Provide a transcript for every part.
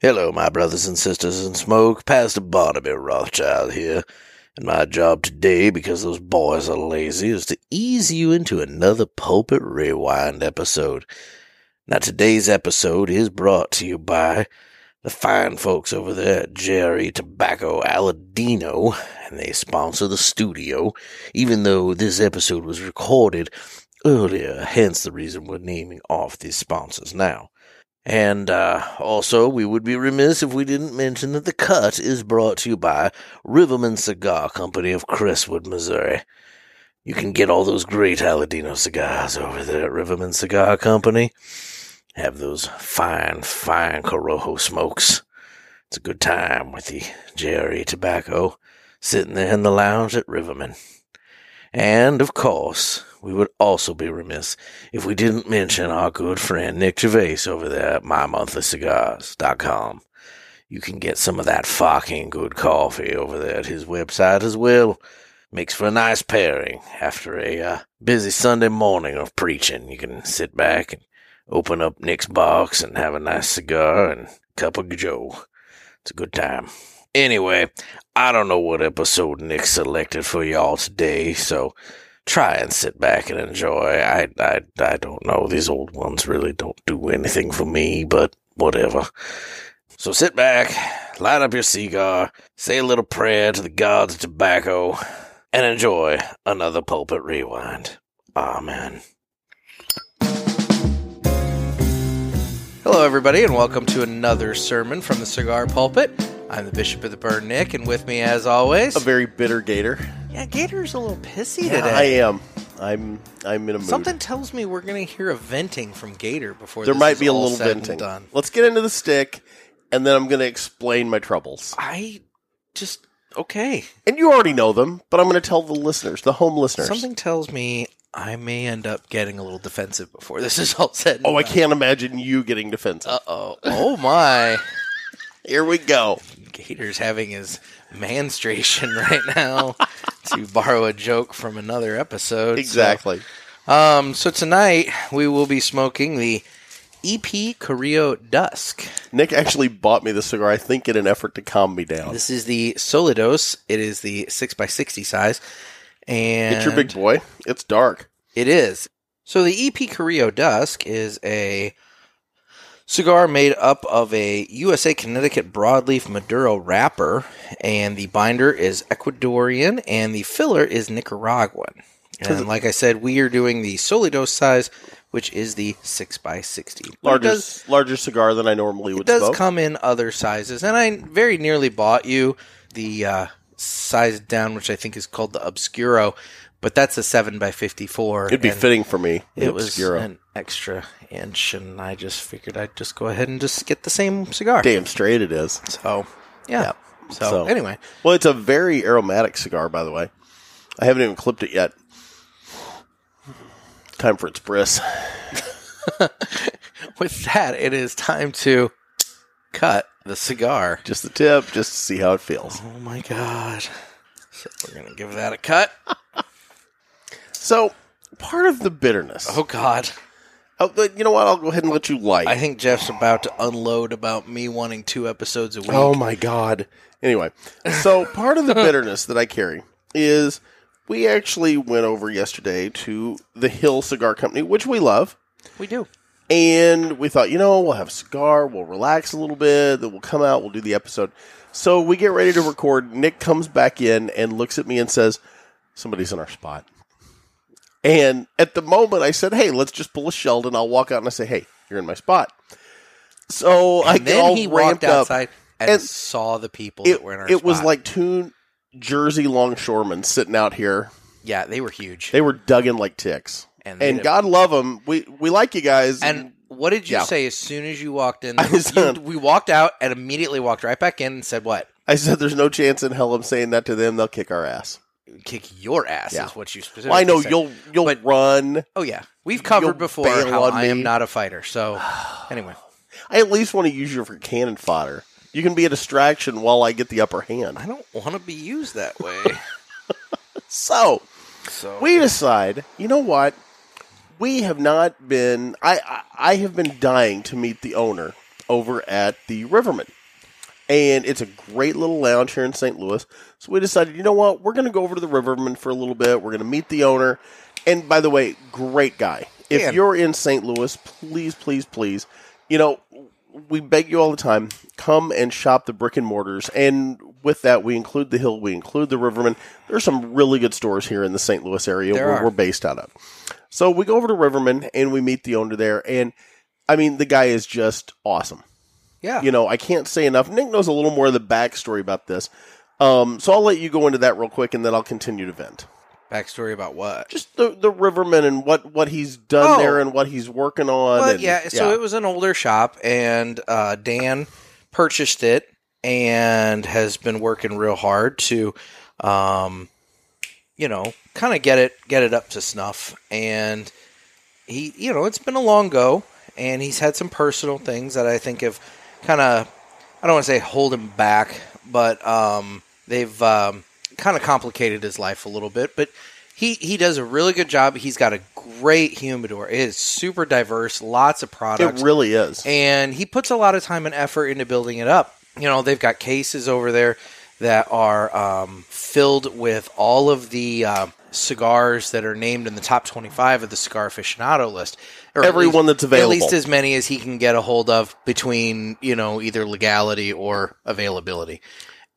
Hello, my brothers and sisters in smoke. Pastor Barnaby Rothschild here. And my job today, because those boys are lazy, is to ease you into another Pulpit Rewind episode. Now, today's episode is brought to you by the fine folks over there at Jerry Tobacco Aladino, and they sponsor the studio, even though this episode was recorded earlier, hence the reason we're naming off these sponsors now. And uh, also, we would be remiss if we didn't mention that The Cut is brought to you by Riverman Cigar Company of Crestwood, Missouri. You can get all those great Aladino cigars over there at Riverman Cigar Company. Have those fine, fine Corojo smokes. It's a good time with the Jerry tobacco sitting there in the lounge at Riverman. And, of course, we would also be remiss if we didn't mention our good friend Nick Gervais over there at mymonthlycigars.com. You can get some of that fucking good coffee over there at his website as well. Makes for a nice pairing after a uh, busy Sunday morning of preaching. You can sit back and open up Nick's box and have a nice cigar and cup of joe. It's a good time. Anyway, I don't know what episode Nick selected for y'all today, so try and sit back and enjoy. I, I, I don't know. These old ones really don't do anything for me, but whatever. So sit back, light up your cigar, say a little prayer to the gods of tobacco, and enjoy another pulpit rewind. Amen. Hello, everybody, and welcome to another sermon from the Cigar Pulpit. I'm the Bishop of the Burn, Nick, and with me, as always, a very bitter gator. yeah, Gator's a little pissy I today. am. I'm. I'm in a mood. Something tells me we're going to hear a venting from Gator before there this might is be a all little said and venting. Done. Let's get into the stick, and then I'm going to explain my troubles. I just okay. And you already know them, but I'm going to tell the listeners, the home listeners. Something tells me I may end up getting a little defensive before this is all said. oh, I can't imagine you getting defensive. Uh oh. Oh my. Here we go. Gator's having his manstration right now. to borrow a joke from another episode. so- Exactly. Um, so tonight we will be smoking the EP Carrillo Dusk. Nick actually bought me this cigar. I think in an effort to calm me down. This is the Solidos. It is the six x sixty size, and it's your big boy. It's dark. It is. So the EP Carrillo Dusk is a cigar made up of a USA Connecticut broadleaf Maduro wrapper, and the binder is Ecuadorian, and the filler is Nicaraguan. And like I said, we are doing the Solidos size, which is the six x sixty. But it Larger, does- larger cigar than I normally it would does smoke. come in other sizes, and I very nearly bought you the uh, size down, which I think is called the Obscuro, but that's a seven by fifty four. It'd be fitting for me. It was Obscuro. an extra inch, and I just figured I'd just go ahead and just get the same cigar. damn straight it is. So yeah. So, So- anyway, Well, it's a very aromatic cigar, by the way. I haven't even clipped it yet. Time for its brisk. with that, it is time to cut the cigar. Just the tip, just to see how it feels. Oh my god! So we're gonna give that a cut. So, part of the bitterness. Oh god! Oh, but you know what? I'll go ahead and let you light. I think Jeff's about to unload about me wanting two episodes a week. oh my god. Anyway, so part of the bitterness that I carry is we actually went over yesterday to the Hill Cigar Company, which we love. We do. And we thought, you know, we'll have a cigar, we'll relax a little bit, then we'll come out, we'll do the episode. So we get ready to record. Nick comes back in and looks at me and says, Somebody's in our spot. And at the moment, I said, Hey, let's just pull a Sheldon. I'll walk out and I say, Hey, you're in my spot. So I And get all then he walked ramped up. outside and, And saw the people It, that were in our it was spot. like two Jersey longshoremen sitting out here. yeah, they were huge. They were dug in like ticks. And And, they did- God love them. We, we like you guys. And what did you Yeah. say as soon as you walked in? I was, You- um, we walked out and immediately walked right back in and said, "What? I said, "There's no chance in hell I'm saying that to them. They'll kick our ass." Kick your ass Yeah. is what you specifically." Well, I know said. you'll you'll But- run. Oh yeah, we've covered you'll before bail how on I am me. not a fighter. So anyway, I at least want to use you for cannon fodder. You can be a distraction while I get the upper hand. I don't want to be used that way. So So we decide. You know what? We have not been. I I, I have been dying to meet the owner over at the Riverman. And it's a great little lounge here in St. Louis. So we decided, you know what? We're going to go over to the Riverman for a little bit. We're going to meet the owner. And by the way, great guy. If Yeah. you're in St. Louis, please, please, please, you know, we beg you all the time come and shop the brick and mortars. And with that, we include the Hill, we include the Riverman. There's some really good stores here in the St. Louis area There where are. we're based out of. So we go over to Riverman and we meet the owner there. And I mean, the guy is just awesome. Yeah. You know, I can't say enough. Nick knows a little more of the backstory about this. Um, so I'll let you go into that real quick and then I'll continue to vent. Backstory about what? Just the, the Riverman and what, what he's done Oh. there and what he's working on. Well, and, yeah. So it was an older shop, and uh, Dan purchased it and has been working real hard to, um, you know, kind of get it get it up to snuff. And he, you know, it's been a long go, and he's had some personal things that I think have kind of, I don't want to say hold him back, but um, they've um, kind of complicated his life a little bit, but he he does a really good job. He's got a great humidor. It is super diverse, lots of products, it really is. and he puts a lot of time and effort into building it up. You know, they've got cases over there that are um, filled with all of the um cigars that are named in the top twenty-five of the cigar aficionado list. Or at Everyone that's available. at least as many as he can get a hold of between you know either legality or availability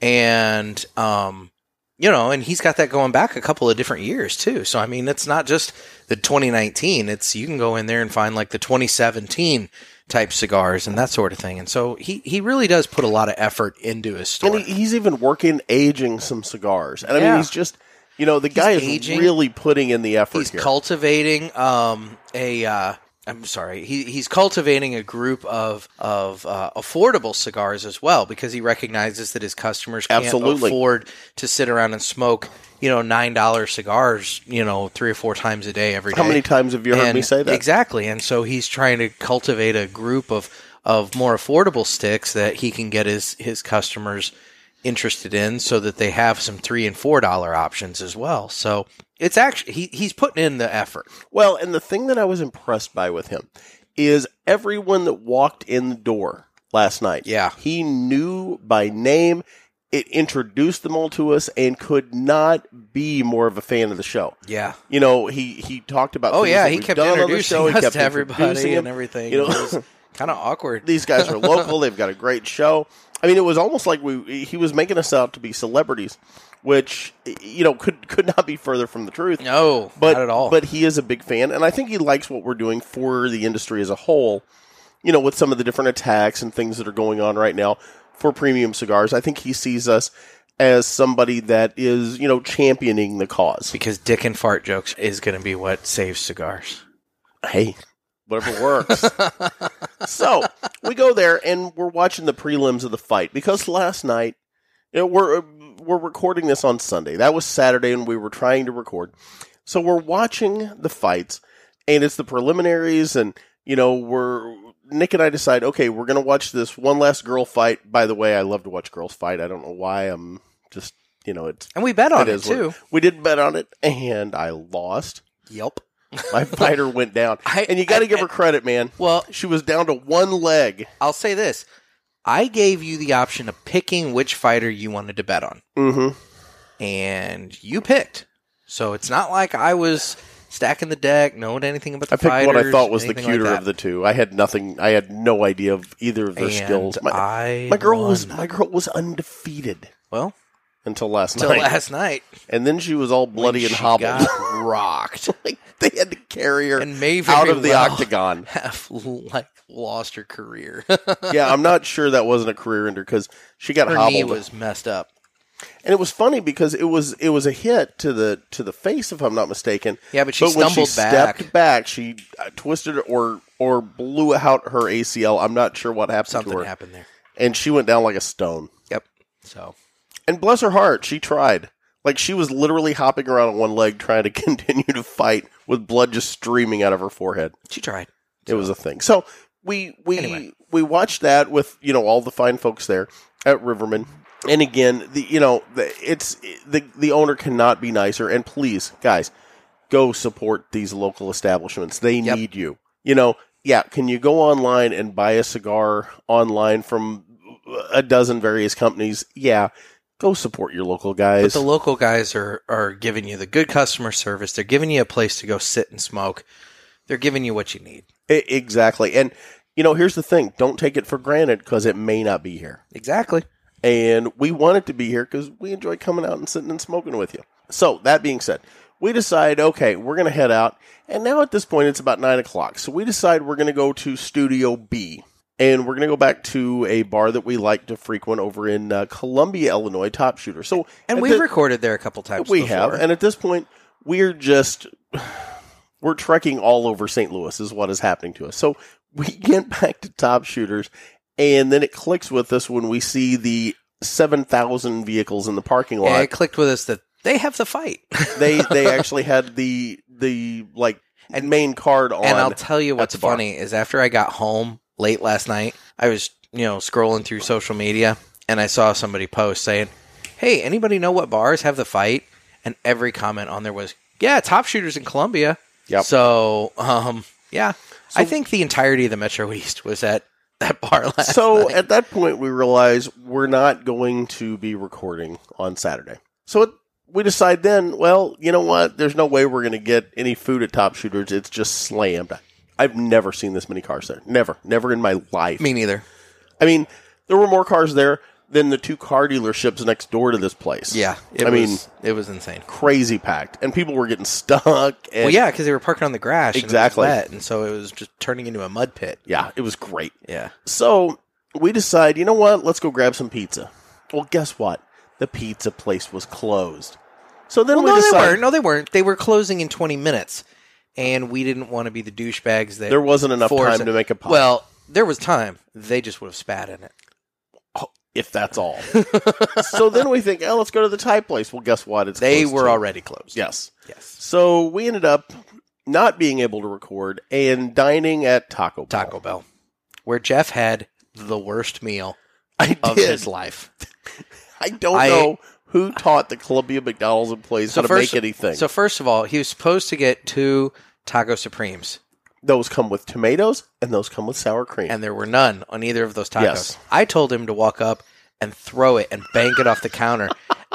and um you know and he's got that going back a couple of different years too so i mean it's not just the 2019 it's you can go in there and find like the 2017 type cigars and that sort of thing and so he he really does put a lot of effort into his store And he, he's even working aging some cigars. And I mean, Yeah. he's just, you know, the guy is aging. really putting in the effort he's here. cultivating um a uh I'm sorry. He, he's cultivating a group of of uh, affordable cigars as well because he recognizes that his customers can't Absolutely. afford to sit around and smoke, you know, nine dollar cigars, you know, three or four times a day every day. How many times have you heard And- me say that? Exactly. And so he's trying to cultivate a group of of more affordable sticks that he can get his his customers interested in so that they have some 3 and 4 dollar options as well. So it's actually he he's putting in the effort. Well, and the thing that I was impressed by with him is everyone that walked in the door last night. Yeah. He knew by name. It introduced them all to us and could not be more of a fan of the show. Yeah. You know, he he talked about Oh things yeah, that he we've kept done on the introducing show, he us kept to everybody introducing and them. everything. You know, it was kind of awkward. these guys are local. They've got a great show. I mean, it was almost like we he was making us out to be celebrities, which you know could could not be further from the truth. no, but not at all. but he is a big fan, and I think he likes what we're doing for the industry as a whole. You know, with some of the different attacks and things that are going on right now for premium cigars, I think he sees us as somebody that is you know championing the cause. because dick and fart jokes is going to be what saves cigars. Hey, whatever works. so we go there and we're watching the prelims of the fight because last night you know, we're we're recording this on Sunday. That was Saturday, and we were trying to record. So we're watching the fights, and it's the preliminaries, and you know we're Nick and I decide okay we're gonna watch this one last girl fight. By the way, I love to watch girls fight. I don't know why. I'm just you know it's And we bet on It it, is what- too. we did bet on it, and I lost. Yep. My fighter went down, I- and you got to I- give her credit, man. Well, She was down to one leg. I'll say this. I gave you the option of picking which fighter you wanted to bet on, Mm-hmm. and you picked. So it's not like I was stacking the deck, knowing anything about the I picked what I fighters, thought was the anything like cuter that. of the two. I had nothing. I had no idea of either of their and skills. My, I my girl was won. my girl was undefeated well until last till night, last night. and then she was all bloody when and she hobbled. got rocked, like they had to carry her and may very out of the well octagon. have like lost her career. yeah, I'm not sure that wasn't a career ender because she got her knee hobbled, was messed up. and it was funny because it was it was a hit to the to the face, if I'm not mistaken. Yeah, but she but when she stumbled back. stepped back, she uh, twisted or or blew out her ACL. I'm not sure what happened to Something her, happened there. and she went down like a stone. Yep. So And bless her heart, she tried. Like she was literally hopping around on one leg, trying to continue to fight with blood just streaming out of her forehead. she tried. It was a thing. So we we Anyway. we watched that with you know all the fine folks there at Riverman. And again, the you know the, it's the the owner cannot be nicer. And please, guys, go support these local establishments. They Yep. need you. You know, yeah, can you go online and buy a cigar online from a dozen various companies? Yeah, go support your local But guys. the local guys are are giving you the good customer service. They're giving you a place to go sit and smoke. They're giving you what you need. E- exactly. And, you know, here's the thing don't take it for granted because it may not be here. Exactly. and we wanted to be here because we enjoy coming out and sitting and smoking with you. So that being said, we decide okay, we're going to head out, and now at this point it's about nine o'clock. So we decide we're going to go to Studio B, and we're going to go back to a bar that we like to frequent over in uh, Columbia, Illinois, Top Shooter. So And at we've thi- recorded there a couple times. we before. have, and at this point we're just we're trekking all over St. Louis is what is happening to us. So we get back to Top Shooters, and then it clicks with us when we see the seven thousand vehicles in the parking yeah, lot. it clicked with us that they have the fight. they they actually had the the like And- main card on. And I'll tell you what's the bar. funny is after I got home late last night, I was, you know, scrolling through social media and I saw somebody post saying, Hey, anybody know what bars have the fight? And every comment on there was, Yeah, top shooters in Columbia. Yep. So, um, yeah. So- I think the entirety of the Metro East was at that bar last so night. at that point we realize we're not going to be recording on Saturday. So it, we decide then, well, you know what? There's no way we're going to get any food at Top Shooters. It's just slammed. I've never seen this many cars there. Never, never in my life. Me neither. I mean, there were more cars there than the two car dealerships next door to this place. Yeah. It I was, mean- it was insane. crazy packed, and people were getting stuck. And Well, yeah, because they were parking on the grass. Exactly. And, it was wet, and so it was just turning into a mud pit. yeah, it was great. Yeah. So we decide, you know what? Let's go grab some pizza. Well, guess what? The pizza place was closed. So then Well, we no, they decided weren't. No, they weren't. They were closing in 20 minutes, and we didn't want to be the douchebags that. there wasn't enough forced time it. to make a pie. Well, there was time. They just would have spat in it. if that's all. so then we think, oh, let's go to the Thai place. Well, guess what? It's They closed were too. already closed. yes. Yes. So we ended up not being able to record and dining at Taco Bell. Taco Bell, where Jeff had the worst meal I of did. his life. I don't I- know who taught the Columbia McDonald's employees So how to first- make anything. So first of all, he was supposed to get two taco supremes, those come with tomatoes and those come with sour cream. and there were none on either of those tacos. Yes. I told him to walk up and throw it and bang it off the counter.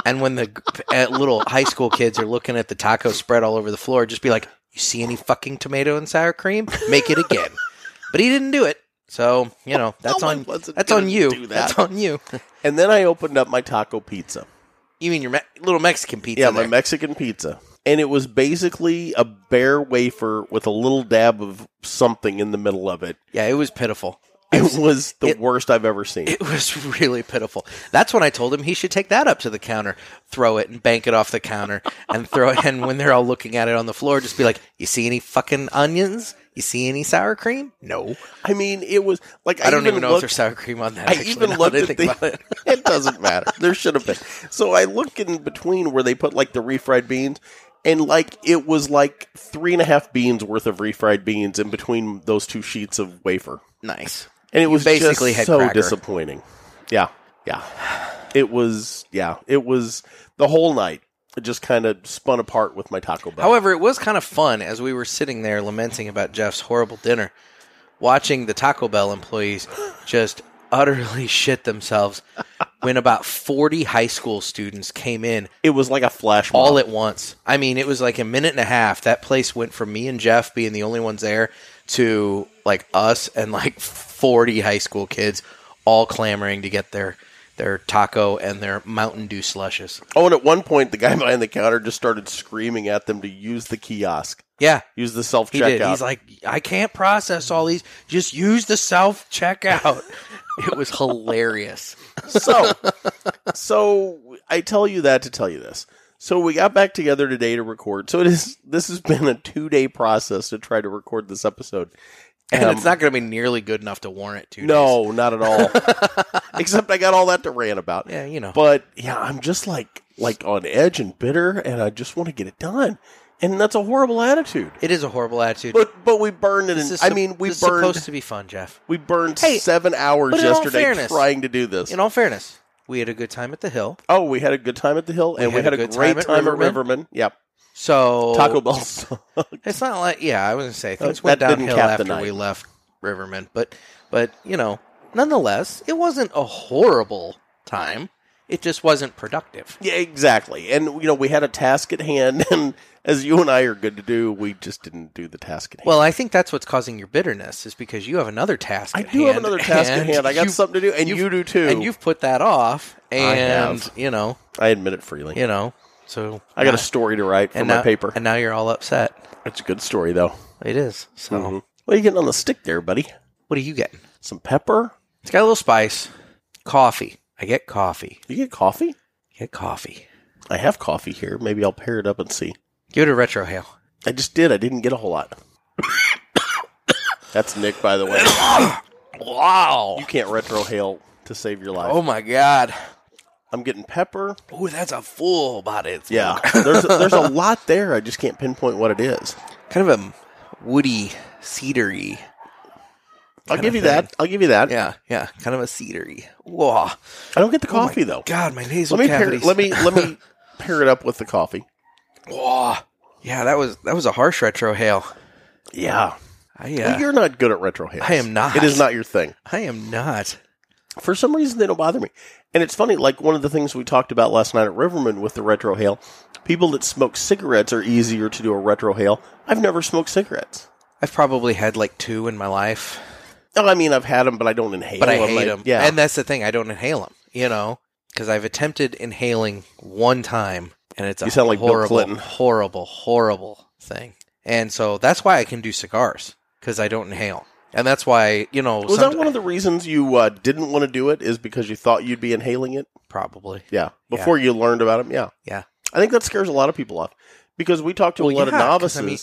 And when the g- uh, little high school kids are looking at the taco spread all over the floor, just be like, "You see any fucking tomato and sour cream? Make it again." but he didn't do it, so you know that's No one on wasn't that's on gonna you. do that. That's on you. And then I opened up my taco pizza. You mean your me- little Mexican pizza? yeah, my there. Mexican pizza. And it was basically a bare wafer with a little dab of something in the middle of it. yeah, it was pitiful. It was the it- worst I've ever seen. It was really pitiful. That's when I told him he should take that up to the counter, throw it and bank it off the counter, and throw it. And when they're all looking at it on the floor, just be like, "You see any fucking onions? You see any sour cream? No, I mean, it was like I, I, don't even, know if looked, there's sour cream on that. I actually, even now looked that I at think the. about it. it doesn't matter. There should have been. So I look in between where they put like the refried beans, and like it was like three and a half beans worth of refried beans in between those two sheets of wafer. Nice. and it was basically basically had just so cracker. disappointing. Yeah, yeah. It was yeah. It was the whole night. It just kind of spun apart with my Taco Bell. However, it was kind of fun as we were sitting there lamenting about Jeff's horrible dinner, watching the Taco Bell employees just utterly shit themselves when about 40 high school students came in it was like a flash mob. all at once. I mean, it was like a minute and a half. That place went from me and Jeff being the only ones there to like us and like 40 high school kids all clamoring to get their their taco and their Mountain Dew slushes. oh, and at one point, the guy behind the counter just started screaming at them to use the kiosk, Yeah, use the self he did. He's checkout. like, I can't process all these. Just use the self checkout. it was hilarious. so, so I tell you that to tell you this. So we got back together today to record. So it is. This has been a two day process to try to record this episode, And Um, it's not going to be nearly good enough to warrant two. days. No, not at all. Except I got all that to rant about. Yeah, you know. But yeah, I'm just like like on edge and bitter, and I just want to get it done. And that's a horrible attitude. it is a horrible attitude. But but we burned it. This In, is I sup- mean, we this is burned supposed to be fun, Jeff. we burned Hey, seven hours but in all yesterday fairness- trying to do this. In all fairness, we had a good time at the hill. oh, we had a good time at the hill, and we had, a, good great time at time at Riverman. Oh. Riverman. Yep, So Taco Bell. sucked. It's not like yeah, I was gonna say things Uh, went that didn't downhill cap the after night. we left Riverman, but but you know, nonetheless, it wasn't a horrible time. It just wasn't productive. Yeah, exactly. And you know, we had a task at hand, and as you and I are good to do, we just didn't do the task at hand. Well, I think that's what's causing your bitterness is because you have another task. I at do have hand, another task at and hand. I got you've- something to do, and you've- you do too. and you've put that off, and have. you know, I admit it freely. you know. So I got a story to write for and my now, paper. and now you're all upset. It's a good story though. It is. So Mhm. What are you getting on the stick there, buddy? what are you getting? Some pepper? It's got a little spice. Coffee. I get coffee. You get coffee? Get coffee. I have coffee here. Maybe I'll pair it up and see. Give it a retrohale. I just did. I didn't get a whole lot. That's Nick, by the way. Wow. You can't retrohale to save your life. Oh my god. I'm getting pepper. Ooh, that's a full body. Yeah, there's a, there's a lot there. I just can't pinpoint what it is. Kind of a woody, cedary. I'll Kinda give you thing. that. I'll give you that. Yeah, yeah. Kind of a cedary. Whoa. I don't get the coffee though. God, my nasal Let me pair, cavities. let me let me pair it up with the coffee. Whoa. Yeah, that was that was a harsh retrohale. Yeah, I uh, Well, you're not good at retrohales. I am not. It is not your thing. I am not. for some reason they don't bother me. And it's funny, like one of the things we talked about last night at Riverman with the retrohale, people that smoke cigarettes are easier to do a retrohale. I've never smoked cigarettes. I've probably had like two in my life, Oh, I mean, I've had them, but I don't inhale. but I I'm hate like, them. Yeah, and that's the thing. I don't inhale them. You know, because I've attempted inhaling one time, and it's a You sound like Bill horrible, Clinton. horrible, horrible thing. And so that's why I can do cigars because I don't inhale, and that's why you know was some- that one of the reasons you uh, didn't want to do it? Is because you thought you'd be inhaling it? probably Yeah, before you learned about them. Yeah, Yeah. I think that scares a lot of people off because we talk to Well, a lot yeah, of 'cause novices, I mean-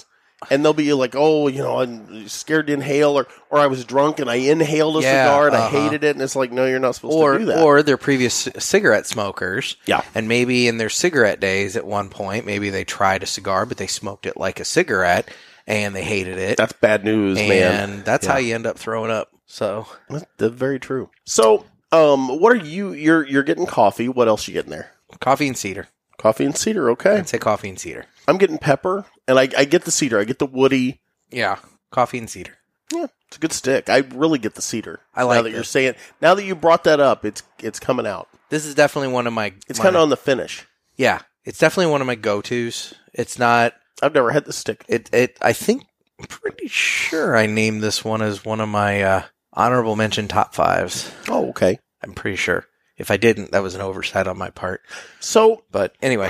and they'll be like, "Oh, you know, I'm scared to inhale, or or I was drunk and I inhaled a Yeah, cigar and uh-huh. I hated it." And it's like, no, you're not supposed to do or that. or their previous c- cigarette smokers. Yeah. And maybe in their cigarette days at one point, maybe they tried a cigar, but they smoked it like a cigarette and they hated it. That's bad news, man. and that's Yeah. how you end up throwing up. So That's, that's very true. So, um, what are you? You're you're getting coffee. What else you getting there? coffee and cedar. Coffee and cedar. Okay, I'd say coffee and cedar. I'm getting pepper, and I, I get the cedar. I get the woody. Yeah. Coffee and cedar. Yeah, it's a good stick. I really get the cedar. I like now that this. you're saying. Now that you brought that up, it's it's coming out. This is definitely one of my It's my- kind of on the finish. Yeah. It's definitely one of my go tos. It's not I've never had the stick. it it I think I'm pretty sure I named this one as one of my uh, honorable mention top fives. Oh, okay. I'm pretty sure. If I didn't, that was an oversight on my part. So But anyway,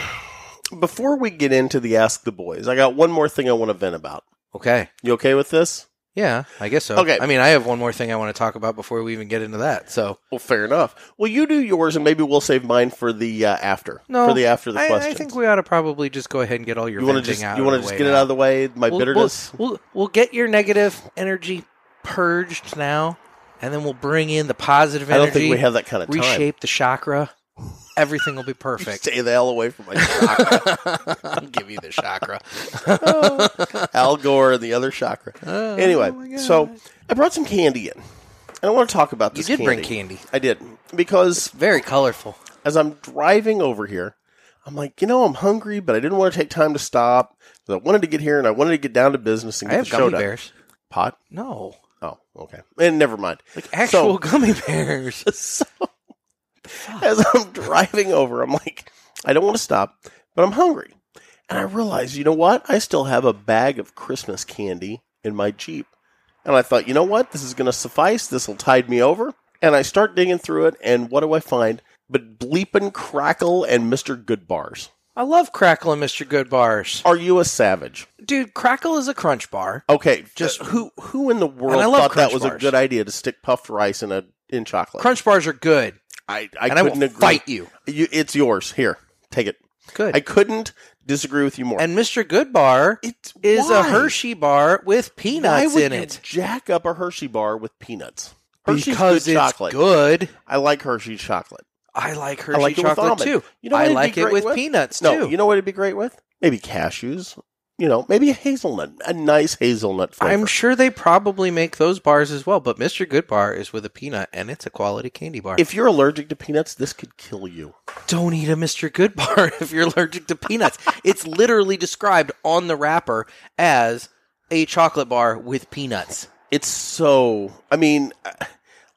before we get into the ask the boys, I got one more thing I want to vent about. okay. You okay with this? Yeah, I guess so. Okay. I mean, I have one more thing I want to talk about before we even get into that. So Well, fair enough. Well, you do yours, and maybe we'll save mine for the uh, after. No, for the after the I, question. I think we ought to probably just go ahead and get all your you want to venting just out. you want to just get it out of the way. My we'll, bitterness. We'll, we'll we'll get your negative energy purged now, and then we'll bring in the positive I energy. don't think we have that kind of time. reshape the chakra. Everything will be perfect. Stay the hell away from my chakra. I'll give you the chakra. Al Gore and the other chakra. Oh, my anyway, God. so I brought some candy in, and I want to talk about you this. did bring candy. candy. I did because Very colorful. as I'm driving over here, I'm like, you know, I'm hungry, but I didn't want to take time to stop. 'cause I wanted to get here and I wanted to get down to business and I get have the show gummy done. bears. Pot. No. Oh, okay. And never mind. Like actual gummy bears. So as I'm driving over, I'm like, I don't want to stop, but I'm hungry. And I realize, you know what? I still have a bag of Christmas candy in my Jeep. And I thought, you know what? This is going to suffice. This will tide me over. And I start digging through it. And what do I find? But Bleepin' Crackle and Mr. Good Bars. I love Crackle and Mr. Good Bars. Are you a savage? Dude, Crackle is a crunch bar. Okay, Just- just who who in the world Uh, And I love thought that Crunch was a bars. good idea to stick puffed rice in a in chocolate? Crunch bars are good. I I and I will couldn't agree. fight you. You, it's yours. Here, take it. Good. I couldn't disagree with you more. and Mr. Good Bar it is a why? Hershey bar with Why peanuts would in you it. jack up a Hershey bar with peanuts? Hershey's Because good it's chocolate. good. I like Hershey chocolate. I like Hershey like it with chocolate almond. too. You know what I it'd be like it great with with? peanuts No, too. you know what it'd be great with? Maybe cashews. You know, maybe a hazelnut, a nice hazelnut flavor. I'm sure they probably make those bars as well, but Mr. Good Bar is with a peanut and it's a quality candy bar. if you're allergic to peanuts, this could kill you. don't eat a Mr. Good bar if you're allergic to peanuts. it's literally described on the wrapper as a chocolate bar with peanuts. It's so. I mean, I-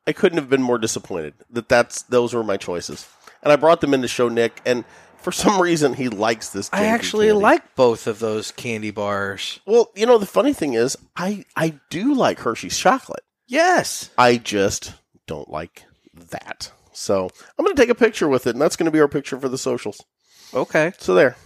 I couldn't have been more disappointed that that's those were my choices, and I brought them in to show Nick, and for some reason he likes this. I janky actually candy. like both of those candy bars. Well, you know the funny thing is, I I do like Hershey's chocolate. Yes. I just don't like that. So I'm going to take a picture with it, and that's going to be our picture for the socials. Okay. So there.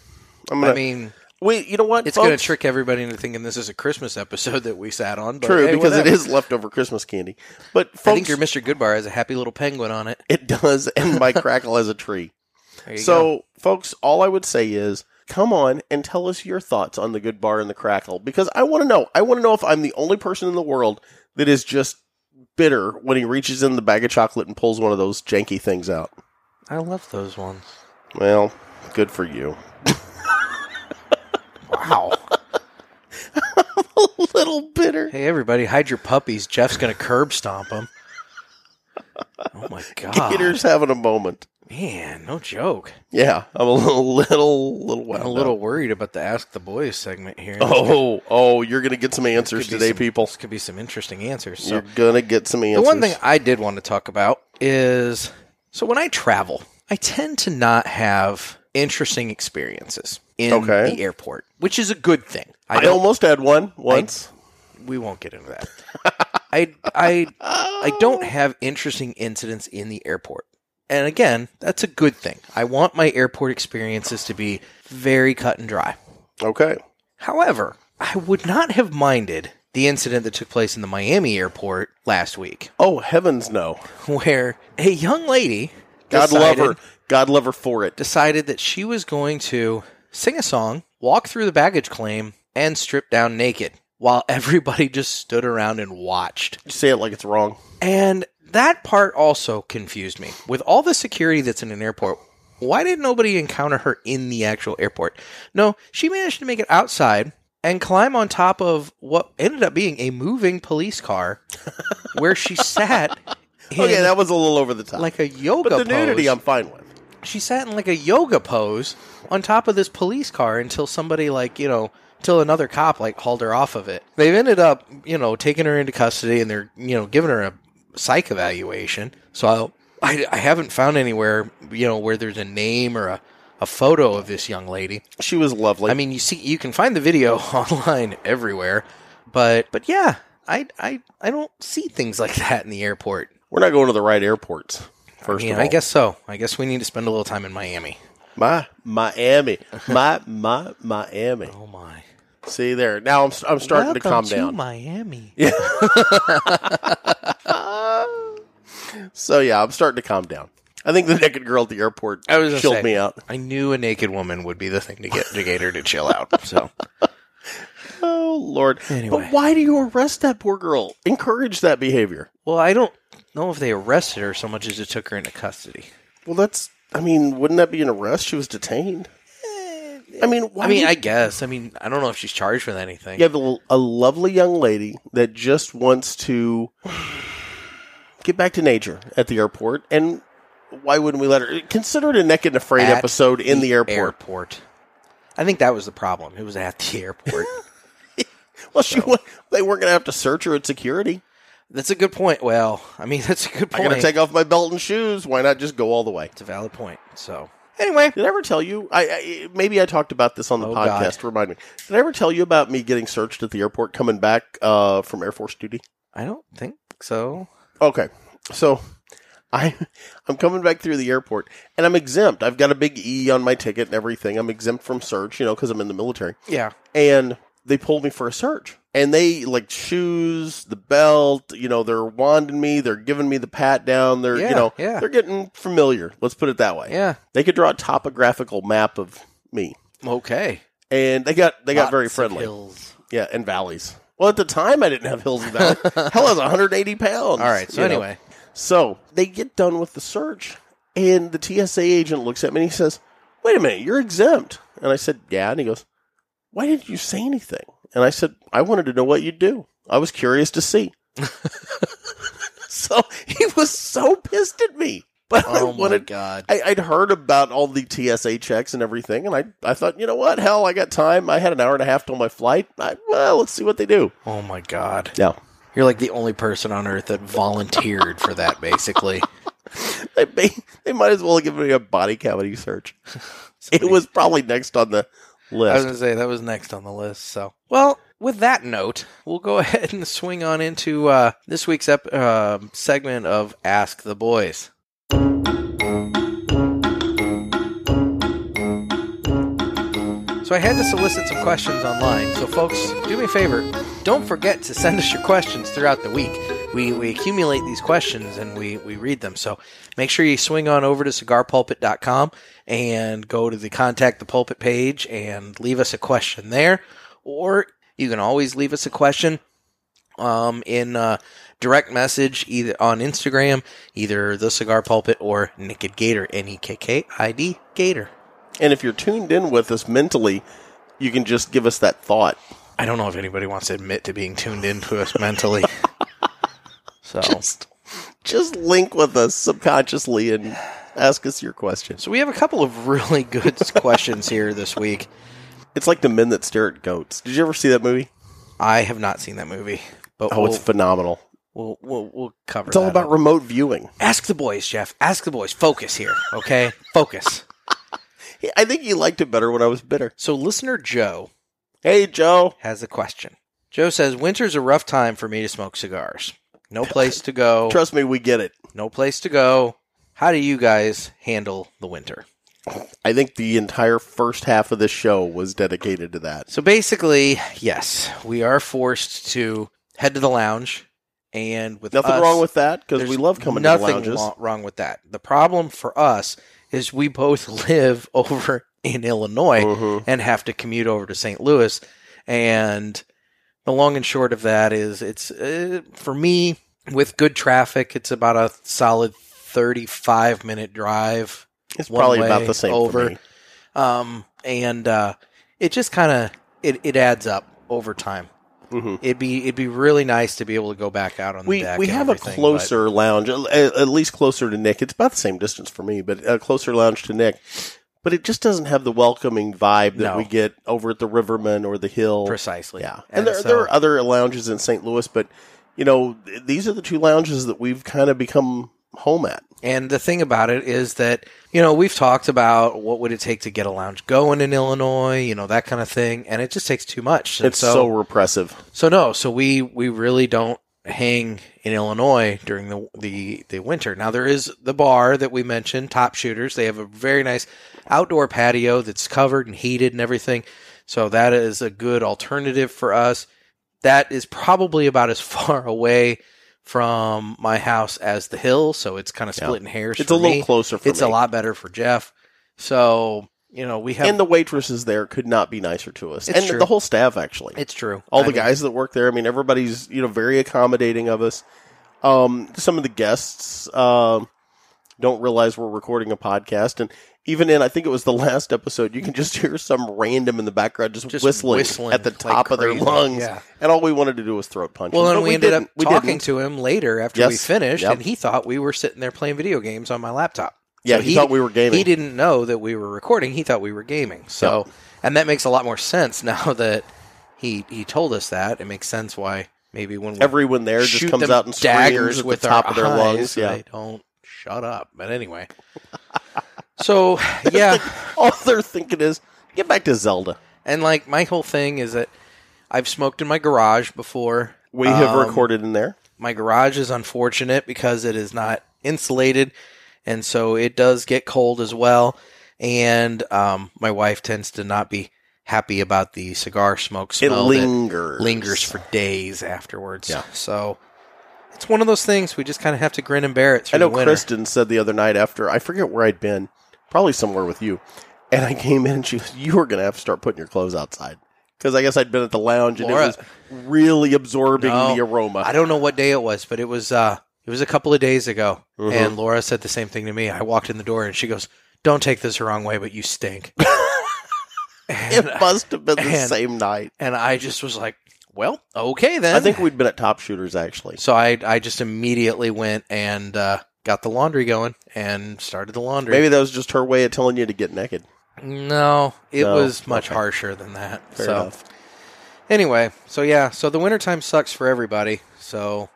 I'm gonna. I mean, wait, you know what? it's going to folks? trick everybody into thinking this is a Christmas episode that we sat on. But True, hey, because it whatever. is leftover Christmas candy. But folks, I think your Mr. Goodbar has a happy little penguin on it. it does, and my crackle has a tree. There you go. So, folks, all I would say is come on and tell us your thoughts on the good bar and the crackle because I want to know. I want to know if I'm the only person in the world that is just bitter when he reaches in the bag of chocolate and pulls one of those janky things out. I love those ones. Well, good for you. Wow. a little bitter. hey, everybody, hide your puppies. Jeff's going to curb stomp them. Oh my god, Gator's having a moment. man, no joke. Yeah, I'm a little, little, little wound I'm a up. little worried about the Ask the Boys segment here. Oh, oh, you're gonna get some This could answers be today, some- people. This could be some interesting answers. So You're gonna get some answers. The one thing I did want to talk about is so when I travel, I tend to not have interesting experiences in Okay. the airport, which is a good thing. I, don't- almost had one once. we won't get into that. I I I don't have interesting incidents in the airport. And again, that's a good thing. I want my airport experiences to be very cut and dry. okay. However, I would not have minded the incident that took place in the Miami airport last week Oh heavens, no. where a young lady God decided- love her. God love her for it. decided that she was going to sing a song, walk through the baggage claim, and strip down naked while everybody just stood around and watched. You say it like it's wrong. And that part also confused me. With all the security that's in an airport, why did nobody encounter her in the actual airport? No, she managed to make it outside and climb on top of what ended up being a moving police car where she sat in Okay, that was a little over the top. like a yoga but the nudity, pose I'm fine with. she sat in like a yoga pose on top of this police car until somebody like you know till another cop like hauled her off of it they've ended up you know taking her into custody and they're you know giving her a psych evaluation so I'll, I, I haven't found anywhere you know where there's a name or a, a photo of this young lady She was lovely. i mean you see you can find the video online everywhere but but yeah i i, I don't see things like that in the airport we're not going to the right airports. First yeah of all, i guess so i guess we need to spend a little time in miami my Miami, my my Miami. oh my See there. Now I'm I'm starting to calm down. Miami. so yeah, I'm starting to calm down. I think the naked girl at the airport I was gonna chilled say. me out. I knew a naked woman would be the thing to get to get her to chill out. So Oh Lord! Anyway. But why do you arrest that poor girl? Encourage that behavior. well, I don't know if they arrested her so much as it took her into custody. Well, that's. I mean, wouldn't that be an arrest? She was detained. I mean, why Eh, I mean, would- I guess. I mean, I don't know if she's charged with anything. you have a, a lovely young lady that just wants to get back to nature at the airport, and why wouldn't we let her? Consider it a naked and afraid At episode in the airport. Airport. I think that was the problem. It was at the airport. Well, she wa- they weren't going to have to search her at security. that's a good point. Well, I mean, that's a good I'm point. going to take off my belt and shoes. Why not just go all the way? it's a valid point. So anyway, Did I ever tell you? I, I maybe I talked about this on the Oh, God. podcast. Remind me. Did I ever tell you about me getting searched at the airport coming back uh, from Air Force duty? I don't think so. Okay, so I I'm coming back through the airport and I'm exempt. I've got a big E on my ticket and everything. I'm exempt from search, you know, because I'm in the military. Yeah. And they pulled me for a search, and they like shoes, the belt, you know, they're wanding me, they're giving me the pat down, they're Yeah, you know, yeah. they're getting familiar. Let's put it that way. Yeah. They could draw a topographical map of me. Okay. and they got they got Lots very of friendly. hills. Yeah, and valleys. Well, at the time, I didn't have hills and valleys. Hell, I was 180 pounds. All right. So you know. anyway, so they get done with the search, and the TSA agent looks at me and he says, "Wait a minute, you're exempt." And I said, "Yeah." And he goes, "Why didn't you say anything?" And I said, "I wanted to know what you'd do. I was curious to see." so he was so pissed at me, but I oh my wanted god. I, I'd heard about all the TSA checks and everything, and I, I thought, you know what? Hell, I got time. I had an hour and a half till my flight. I, well, let's see what they do. Oh my god. Yeah. You're like the only person on earth that volunteered for that, basically. They, may, they might as well have given me a body cavity search. It was probably next on the I was list. gonna say that was next on the list. So, well, with that note, we'll go ahead and swing on into uh, this week's ep- uh, segment of Ask the Boys. So I had to solicit some questions online. So folks, do me a favor. Don't forget to send us your questions throughout the week. We, we accumulate these questions and we, we read them. So make sure you swing on over to cigarpulpit.com and go to the contact the pulpit page and leave us a question there. Or you can always leave us a question um, in uh, direct message either on Instagram, either the cigar pulpit or Naked Gator, N E K K I D Gator. And if you're tuned in with us mentally, you can just give us that thought. I don't know if anybody wants to admit to being tuned into us mentally. So, Just, just link with us subconsciously and ask us your questions. so we have a couple of really good questions here this week. It's like the men that stare at goats. Did you ever see that movie? I have not seen that movie, but Oh, we'll, it's phenomenal. we'll, we'll we'll cover. It's all that about up. remote viewing. ask the boys, Jeff. Ask the boys. Focus here, okay? Focus. I think he liked it better when I was bitter. So, listener Joe Hey, Joe. has a question. Joe says, "Winter's a rough time for me to smoke cigars. No place to go. Trust me, we get it. No place to go. How do you guys handle the winter?" I think the entire first half of this show was dedicated to that. So basically, yes, we are forced to head to the lounge, and with Nothing us, wrong with that because we there's love coming to the nothing lounges. lo- wrong with that. The problem for us is we both live over in Illinois Mhm. and have to commute over to St. Louis, and the long and short of that is it's uh, for me with good traffic, it's about a solid thirty-five minute drive It's one probably way about the same over. for me. um, and uh, it just kind of it, it adds up over time. Mhm. It'd be it'd be really nice to be able to go back out on the We deck. we and have a everything, but- closer lounge, at, at least closer to Nick. It's about the same distance for me, but a closer lounge to Nick. But it just doesn't have the welcoming vibe that No. we get over at the Riverman or the Hill. precisely. Yeah, and, and, there, so- there are other lounges in St. Louis, but you know th- these are the two lounges that we've kind of become home at. and the thing about it is that you know we've talked about what would it take to get a lounge going in Illinois, you know that kind of thing, and it just takes too much. And It's so, repressive. So no, so we we really don't hang in Illinois during the the the winter. Now there is the bar that we mentioned, Top Shooters. They have a very nice outdoor patio that's covered and heated and everything. So that is a good alternative for us. That is probably about as far away from my house as the hill, so it's kind of Yeah. splitting hairs. It's for a little me. closer for It's a me. lot better for Jeff. So you know we have. and the waitresses there could not be nicer to us, It's and true. the whole staff actually. it's true. all I the mean, guys that work there. I mean, everybody's you know very accommodating of us. Um, some of the guests um, don't realize we're recording a podcast, and even in I think it was the last episode, you can just hear some random in the background just, Just whistling, whistling at the like top of their crazy. lungs. Yeah. And all we wanted to do was throat punch. Well, him, and but we, ended up didn't. we talking didn't. to him later after we Yes. finished, Yep. and he thought we were sitting there playing video games on my laptop. Yeah, So he, thought we were gaming. He didn't know that we were recording. He thought we were gaming. So, and that makes a lot more sense now that he he told us that. It makes sense why maybe when we Everyone there just shoot comes them out and daggers screams at with the top our of their eyes, lungs. Yeah, they don't shut up. But anyway, so yeah, all they're thinking is get back to Zelda. and like my whole thing is that I've smoked in my garage before. We have Um, recorded in there. my garage is unfortunate because it is not insulated and so it does get cold as well and um, my wife tends to not be happy about the cigar smoke It smell that lingers. lingers for days afterwards Yeah. so it's one of those things we just kind of have to grin and bear it through I know the winter. Kristen said the other night after I forget where I'd been, probably somewhere with you, and I came in and she was you were gonna have to start putting your clothes outside because I guess I'd been at the lounge and Laura- it was really absorbing No, the aroma. I don't know what day it was, but it was uh it was a couple of days ago. Mhm. And Laura said the same thing to me. I walked in the door and she goes, "Don't take this the wrong way, but you stink." it and, must have been the and- same night. and I just was like, "Well, okay then." I think we'd been at Top Shooters actually. so I I just immediately went and uh, got the laundry going and started the laundry. Maybe that was just her way of telling you to get naked. no, it No, was much okay. harsher than that. Fair so enough. Anyway, so yeah, so the wintertime sucks for everybody. So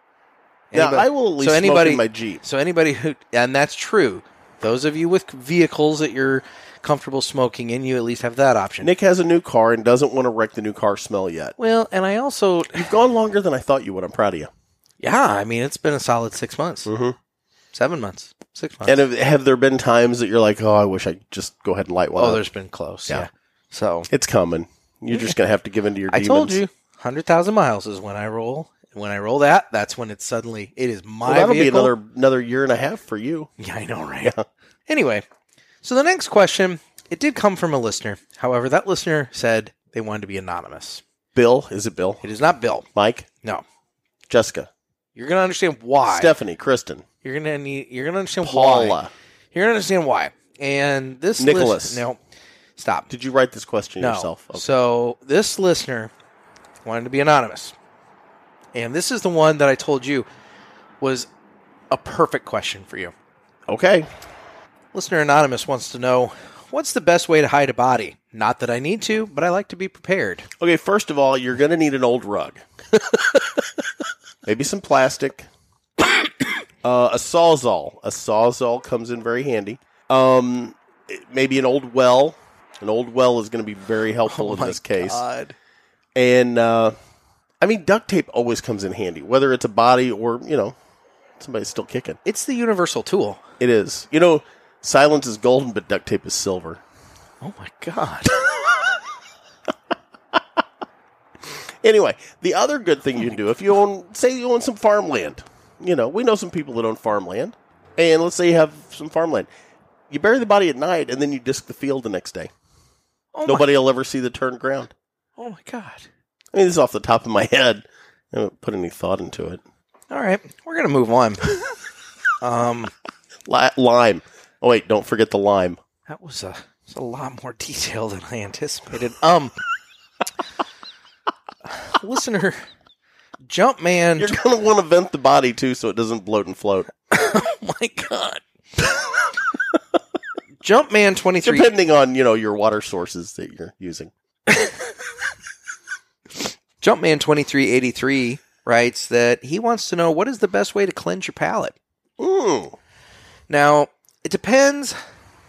Now anybody- I will at least so anybody, smoke in my Jeep. So anybody who, and that's true. Those of you with vehicles that you're comfortable smoking in, you at least have that option. Nick has a new car and doesn't want to wreck the new car smell yet. well, and I also, You've gone longer than I thought you would. I'm proud of you. yeah, I mean, it's been a solid six months, Mhm. seven months, six months. And have, have there been times that you're like, oh, I wish I could just go ahead and light one? oh, up?" there's been close. Yeah. Yeah. So it's coming. You're just gonna have to give in to your I demons. told you, hundred thousand miles is when I roll. When I roll that, that's when it's suddenly it is my Well, that'll vehicle. be another another year and a half for you. Yeah, I know, right? Anyway, so the next question, it did come from a listener. However, that listener said they wanted to be anonymous. Bill, is it Bill? It is not Bill. Mike, No. Jessica, You're gonna understand why. Stephanie, Kristen, You're gonna need you're gonna understand Paula. why. You're gonna understand why. And this lis- Nicholas. no. Stop. Did you write this question no. yourself? Okay. So this listener wanted to be anonymous. And this is the one that I told you was a perfect question for you. okay. Listener Anonymous wants to know what's the best way to hide a body? Not that I need to, but I like to be prepared. Okay, first of all, you're going to need an old rug. Maybe some plastic. uh, a sawzall. A sawzall comes in very handy. Um, it- maybe an old well. An old well is going to be very helpful Oh in this case. And uh, I mean, duct tape always comes in handy, whether it's a body or, you know, somebody's still kicking. It's the universal tool. It is. You know, silence is golden, but duct tape is silver. Oh my god. Anyway, the other good thing you can do if you own, say, you own some farmland. You know, we know some people that own farmland, and let's say you have some farmland. You bury the body at night, and then you disc the field the next day. Oh Nobody will ever see the turned ground. My, oh my god. I mean, this is off the top of my head. I haven't put any thought into it. All right, we're going to move on. um Li- lime. Oh wait, don't forget the lime. that was a it's a lot more detail than I anticipated. Um Listener Jumpman You're gonna want to vent the body too, so it doesn't bloat and float. Oh my god. Jumpman 23 Depending on you know your water sources that you're using. Jumpman 2383 writes that he wants to know what is the best way to cleanse your palate. Mm. Now, it depends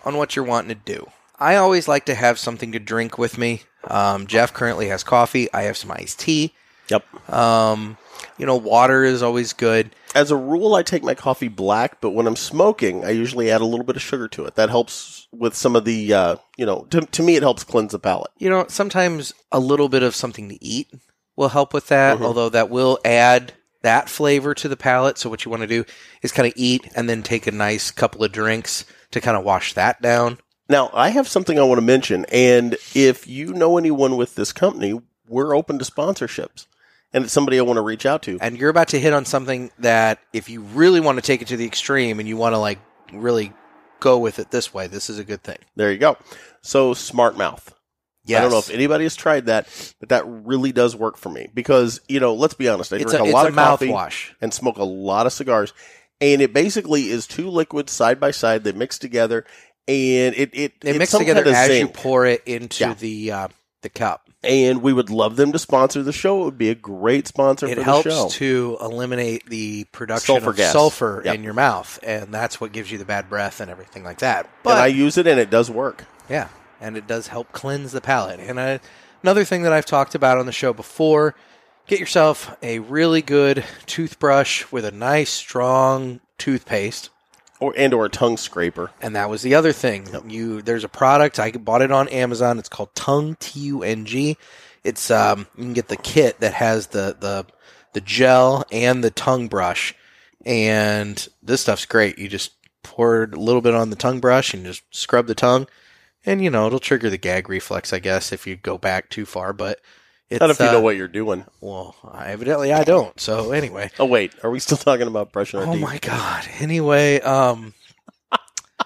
on what you're wanting to do. I always like to have something to drink with me. Um, Jeff currently has coffee. I have some iced tea. Yep. Um, you know, water is always good. as a rule, I take my coffee black, but when I'm smoking, I usually add a little bit of sugar to it. That helps with some of the, uh, you know, to, to me, it helps cleanse the palate. You know, sometimes a little bit of something to eat will help with that, Mhm. although that will add that flavor to the palate. So, what you want to do is kind of eat and then take a nice couple of drinks to kind of wash that down. Now, I have something I want to mention, and if you know anyone with this company, we're open to sponsorships, and it's somebody I want to reach out to. and you're about to hit on something that if you really want to take it to the extreme and you want to like really go with it this way, this is a good thing. There you go. So, Smart Mouth. Yes. I don't know if anybody has tried that, but that really does work for me because, you know, let's be honest, I it's a, drink a, it's lot a of coffee. mouthwash. and smoke a lot of cigars. And it basically is two liquids side by side. They mix together, and it it, They it's mix some together kind of as you zinc. pour it into Yeah. the uh, the cup. And we would love them to sponsor the show. It would be a great sponsor It for the show. helps to eliminate the production Sulfur of gas. sulfur Yep. in your mouth, and that's what gives you the bad breath and everything like that. and But I use it, and it does work. Yeah, and it does help cleanse the palate. And uh another thing that I've talked about on the show before: get yourself a really good toothbrush with a nice strong toothpaste. Or and or a tongue scraper. And that was the other thing. You there's a product I bought it on Amazon. It's called Tongue T U N G. It's um you can get the kit that has the the the gel and the tongue brush. And this stuff's great. You just pour a little bit on the tongue brush and just scrub the tongue. And you know, it'll trigger the gag reflex, I guess, if you go back too far, but it's Not if you uh, know what you're doing. well, evidently I don't. So anyway, Oh wait, are we still talking about brushing our Oh teeth? my god. Anyway, um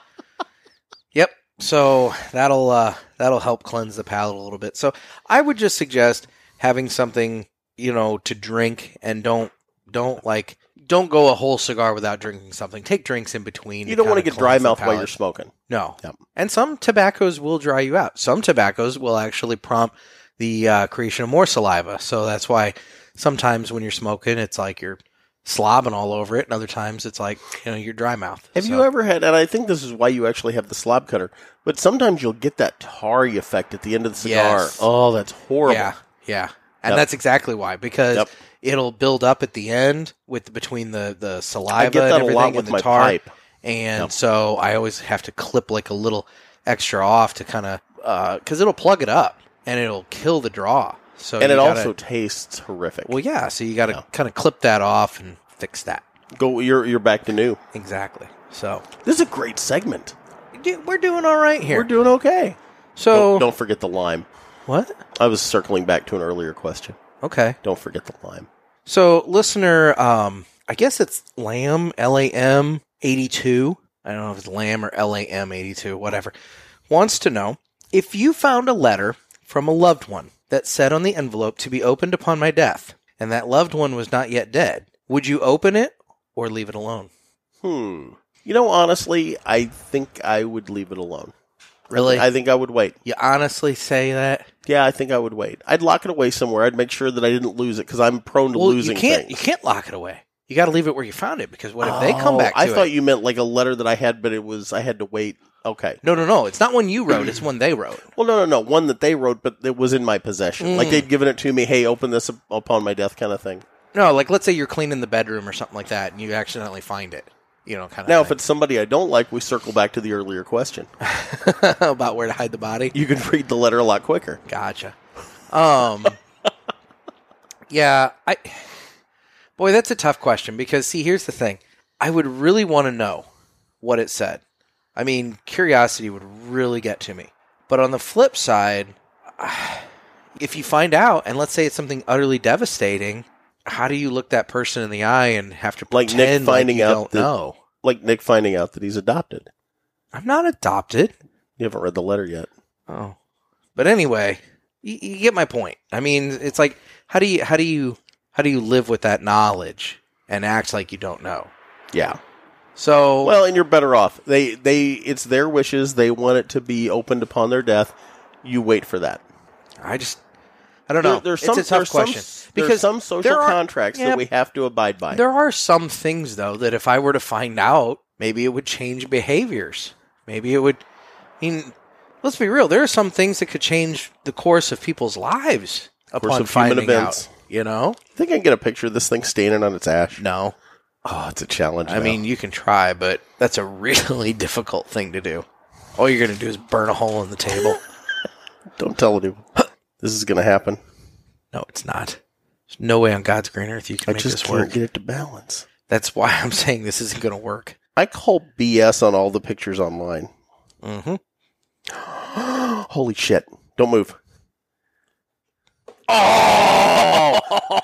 Yep. So that'll uh that'll help cleanse the palate a little bit. So I would just suggest having something, you know, to drink and don't don't like don't go a whole cigar without drinking something. Take drinks in between. you don't want to kinda get dry cleanse the mouth while palate. you're smoking. No. Yep. And some tobaccos will dry you out. Some tobaccos will actually prompt the uh, creation of more saliva. So that's why sometimes when you're smoking, it's like you're slobbing all over it, and other times it's like you know your dry mouth. Have you So- ever had, and I think this is why you actually have the slob cutter, but sometimes you'll get that tarry effect at the end of the cigar. Yes. Oh, that's horrible. Yeah, yeah, and Yep. that's exactly why because Yep. it'll build up at the end with between the the saliva I get and that a everything lot and with the my tar, pipe. and Yep. so I always have to clip like a little extra off to kind of because it'll plug it up and it'll kill the draw. So And you it gotta- also tastes horrific. well, yeah. So you got to No. kind of clip that off and fix that Go, you're, you're back to new. exactly. So This is a great segment. Dude, we're doing all right here. We're doing okay. so Don't, don't forget the lime. what? I was circling back to an earlier question. Okay. Don't forget the lime. So, listener, um, I guess it's Lamb, L A M 82. I don't know if it's Lamb or L A M 82, whatever. Wants to know if you found a letter from a loved one that said on the envelope to be opened upon my death, and that loved one was not yet dead, would you open it or leave it alone? Hmm. You know, honestly, I think I would leave it alone. Really? I think I would wait. you honestly say that? Yeah, I think I would wait. I'd lock it away somewhere. I'd make sure that I didn't lose it because I'm prone to Well, losing you can't. things. You can't lock it away. You got to leave it where you found it because what if they come Oh, back? To I it? thought you meant like a letter that I had, but it was I had to wait. Okay. No, no, no. It's not one you wrote. it's one they wrote. Well, no, no, no. One that they wrote, but it was in my possession. Like Mm. they'd given it to me. Hey, open this up- upon my death, kind of thing. No, like let's say you're cleaning the bedroom or something like that, and you accidentally find it. You know, kind of. Now, if it's somebody I don't like, we circle back to the earlier question. it's about where to hide the body, You can read the letter a lot quicker. gotcha. Um, yeah, I. Boy, that's a tough question because see, here's the thing: I would really want to know what it said. I mean, curiosity would really get to me. But on the flip side, if you find out, and let's say it's something utterly devastating, how do you look that person in the eye and have to Like Nick pretend like Nick finding you out don't that- know? Like Nick finding out that he's adopted. I'm not adopted. You haven't read the letter yet. Oh, but anyway, you, you get my point. I mean, it's like how do you how do you how do you live with that knowledge and act like you don't know? Yeah. So Well, and you're better off. They they it's their wishes. They want it to be opened upon their death. You wait for that. I just I don't know. There- there's it's some, a tough there's some- question there's because some social there are- contracts yeah, that we have to abide by. there are some things though that if I were to find out, maybe it would change behaviors. Maybe it would. I mean, let's be real. There are some things that could change the course of people's lives upon of human finding events. out. You know? I think I can get a picture of this thing standing on its ash. No. Oh, it's a challenge. I now. mean, you can try, but that's a really difficult thing to do. All you're going to do is burn a hole in the table. don't tell anyone. this is going to happen. no, it's not. There's no way on God's green earth you can I make just this can't work. get it to balance. That's why I'm saying this isn't going to work. I call BS on all the pictures online. Mm-hmm. Holy shit! Don't move. Oh!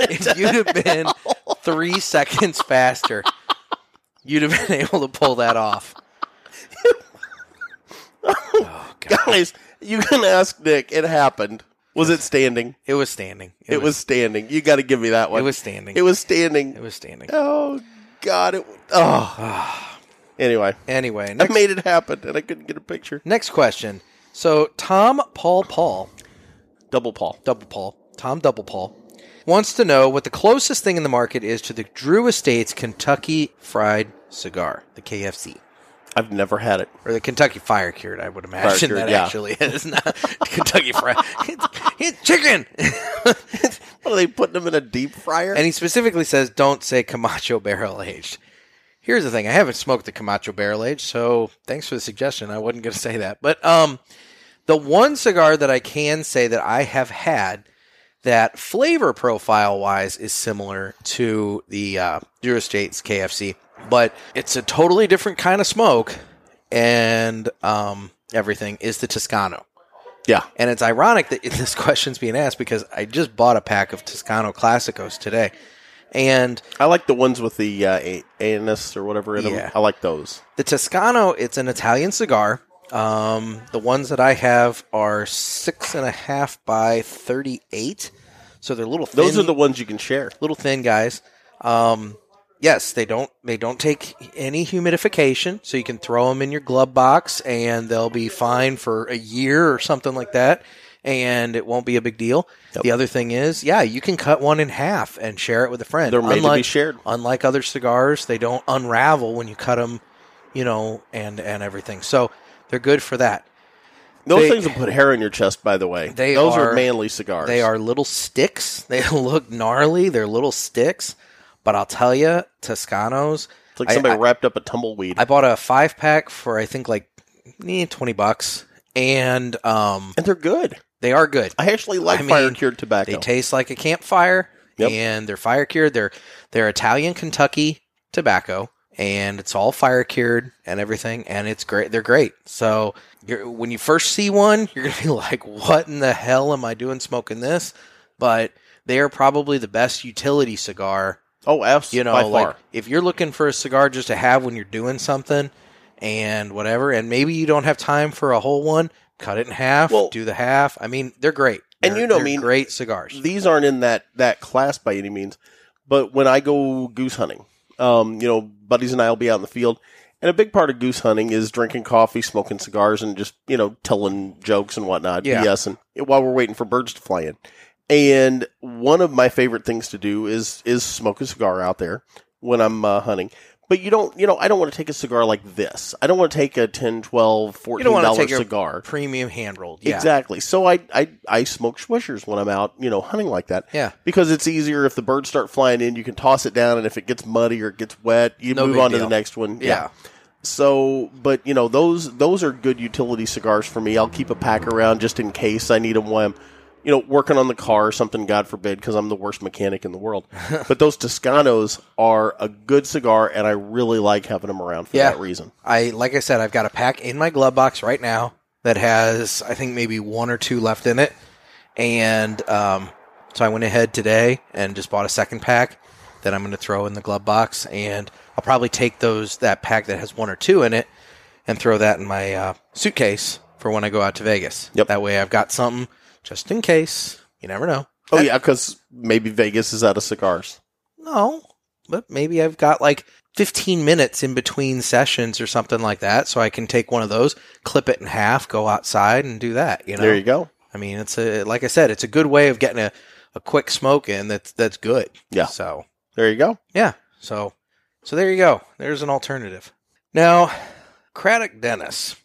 if you'd have been three seconds faster, you'd have been able to pull that off. Oh, God. Guys, you can ask Nick. It happened. Was it standing? It was standing. It, was, standing. You got to give me that one. It was standing. It was standing. It was standing. oh God! It. Oh. anyway, Anyway, I next made it happen, and I couldn't get a picture. Next question. So Tom Paul Paul, Double Paul. double Paul, Tom double Paul, wants to know what the closest thing in the market is to the Drew Estates Kentucky Fried Cigar, the KFC. I've never had it. Or the Kentucky Fire Cured, I would imagine Cured, that yeah. actually is not Kentucky Fried. It's, it's chicken. What are they putting them in a deep fryer? and he specifically says, "Don't say Camacho barrel aged." Here's the thing: I haven't smoked the Camacho barrel aged, so thanks for the suggestion. I wasn't going to say that, but um, the one cigar that I can say that I have had that flavor profile wise is similar to the uh, Dura States KFC, but it's a totally different kind of smoke, and um, everything is the Toscano. yeah. And it's ironic that this question's being asked because I just bought a pack of Toscano Classicos today. And I like the ones with the uh, a- anise or whatever in Yeah. them. I like those. the Toscano, it's an Italian cigar. Um, the ones that I have are six and a half by 38. So they're little thin. Those are the ones you can share. little thin guys. Um, yes, they don't they don't take any humidification, so you can throw them in your glove box and they'll be fine for a year or something like that. and it won't be a big deal. Yep. The other thing is, yeah, you can cut one in half and share it with a friend. They're made to be unlike, shared. unlike other cigars, they don't unravel when you cut them, you know, and and everything. So they're good for that. Those they- things will put hair on your chest, by the way. They Those are, are- manly cigars. They are little sticks. They look gnarly. They're little sticks, but I'll tell you, Toscanos. It's like I- somebody I- wrapped up a tumbleweed. I bought a five pack for I think like eh, twenty bucks, and um, and they're good. they are good. I actually like I mean, fire cured tobacco. They taste like a campfire, Yep. and they're fire cured. They're they're Italian Kentucky tobacco, and it's all fire cured and everything, and it's great. They're great. So you're, when you first see one, you're gonna be like, "What in the hell am I doing smoking this?" But they are probably the best utility cigar oh, absolutely. you know, by like far. if you're looking for a cigar just to have when you're doing something and whatever, and maybe you don't have time for a whole one, cut it in half, Well- do the half. I mean, they're great. And They're- you know they're me. great cigars. these aren't in that that class by any means. But when I go goose hunting, um, you know, buddies and I will be out in the field, and a big part of goose hunting is drinking coffee, smoking cigars, and just you know telling jokes and whatnot, Yeah. BS, and while we're waiting for birds to fly in. And one of my favorite things to do is is smoke a cigar out there when I'm uh, hunting. But you don't, you know, I don't want to take a cigar like this. I don't want to take a 10, 12, 14 wanna dollar take a- cigar. Premium hand rolled. Yeah. Exactly. So I, I I smoke swishers when I'm out, you know, hunting like that. Yeah. Because it's easier if the birds start flying in, you can toss it down, and if it gets muddy or it gets wet, you No move big on to deal. the next one. Yeah. So, but you know, those those are good utility cigars for me. I'll keep a pack around just in case I need them when I'm, you know, working on the car or something. God forbid, because I'm the worst mechanic in the world. but those Toscanos are a good cigar, and I really like having them around for Yeah. that reason. I like I said, I've got a pack in my glove box right now that has I think maybe one or two left in it, and um, so I went ahead today and just bought a second pack that I'm going to throw in the glove box, and I'll probably take those that pack that has one or two in it and throw that in my uh, suitcase for when I go out to Vegas. Yep. That way I've got something just in case. You never know. Oh yeah, because maybe Vegas is out of cigars. No, but maybe I've got like 15 minutes in between sessions or something like that, so I can take one of those, clip it in half, go outside, and do that. You know, There you go. I mean, it's a like I said, it's a good way of getting a, a quick smoke in. That's that's good. Yeah. So There you go. yeah. So so there you go. There's an alternative. Now, Craddock Dennis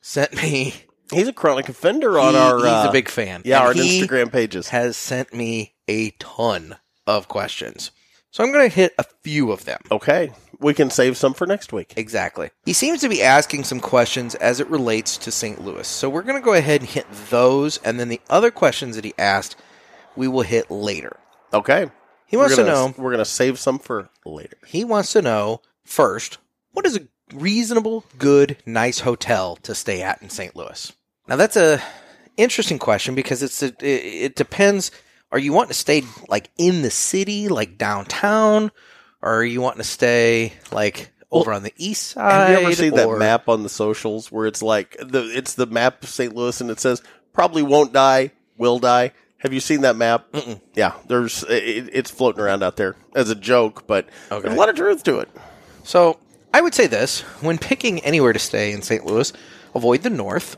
sent me. He's a chronic offender he- on our. he's uh, a big fan. yeah, and our he- Instagram pages. has sent me a ton of questions. So I'm going to hit a few of them. Okay, we can save some for next week. Exactly. He seems to be asking some questions as it relates to St. Louis. So we're going to go ahead and hit those, and then the other questions that he asked, we will hit later. Okay, He wants we're to gonna, know. We're gonna save some for later. He wants to know first, what is a reasonable, good, nice hotel to stay at in St. Louis? Now that's a interesting question because it's a, it, it depends. Are you wanting to stay like in the city, like downtown, or are you wanting to stay like over on the east side? Have you ever seen that or- map on the socials where it's like the it's the map of St. Louis and it says probably won't die, will die. Have you seen that map? Mm-mm. Yeah, there's it, it's floating around out there as a joke, but there's a lot of truth to it. So I would say this: when picking anywhere to stay in St. Louis, avoid the north.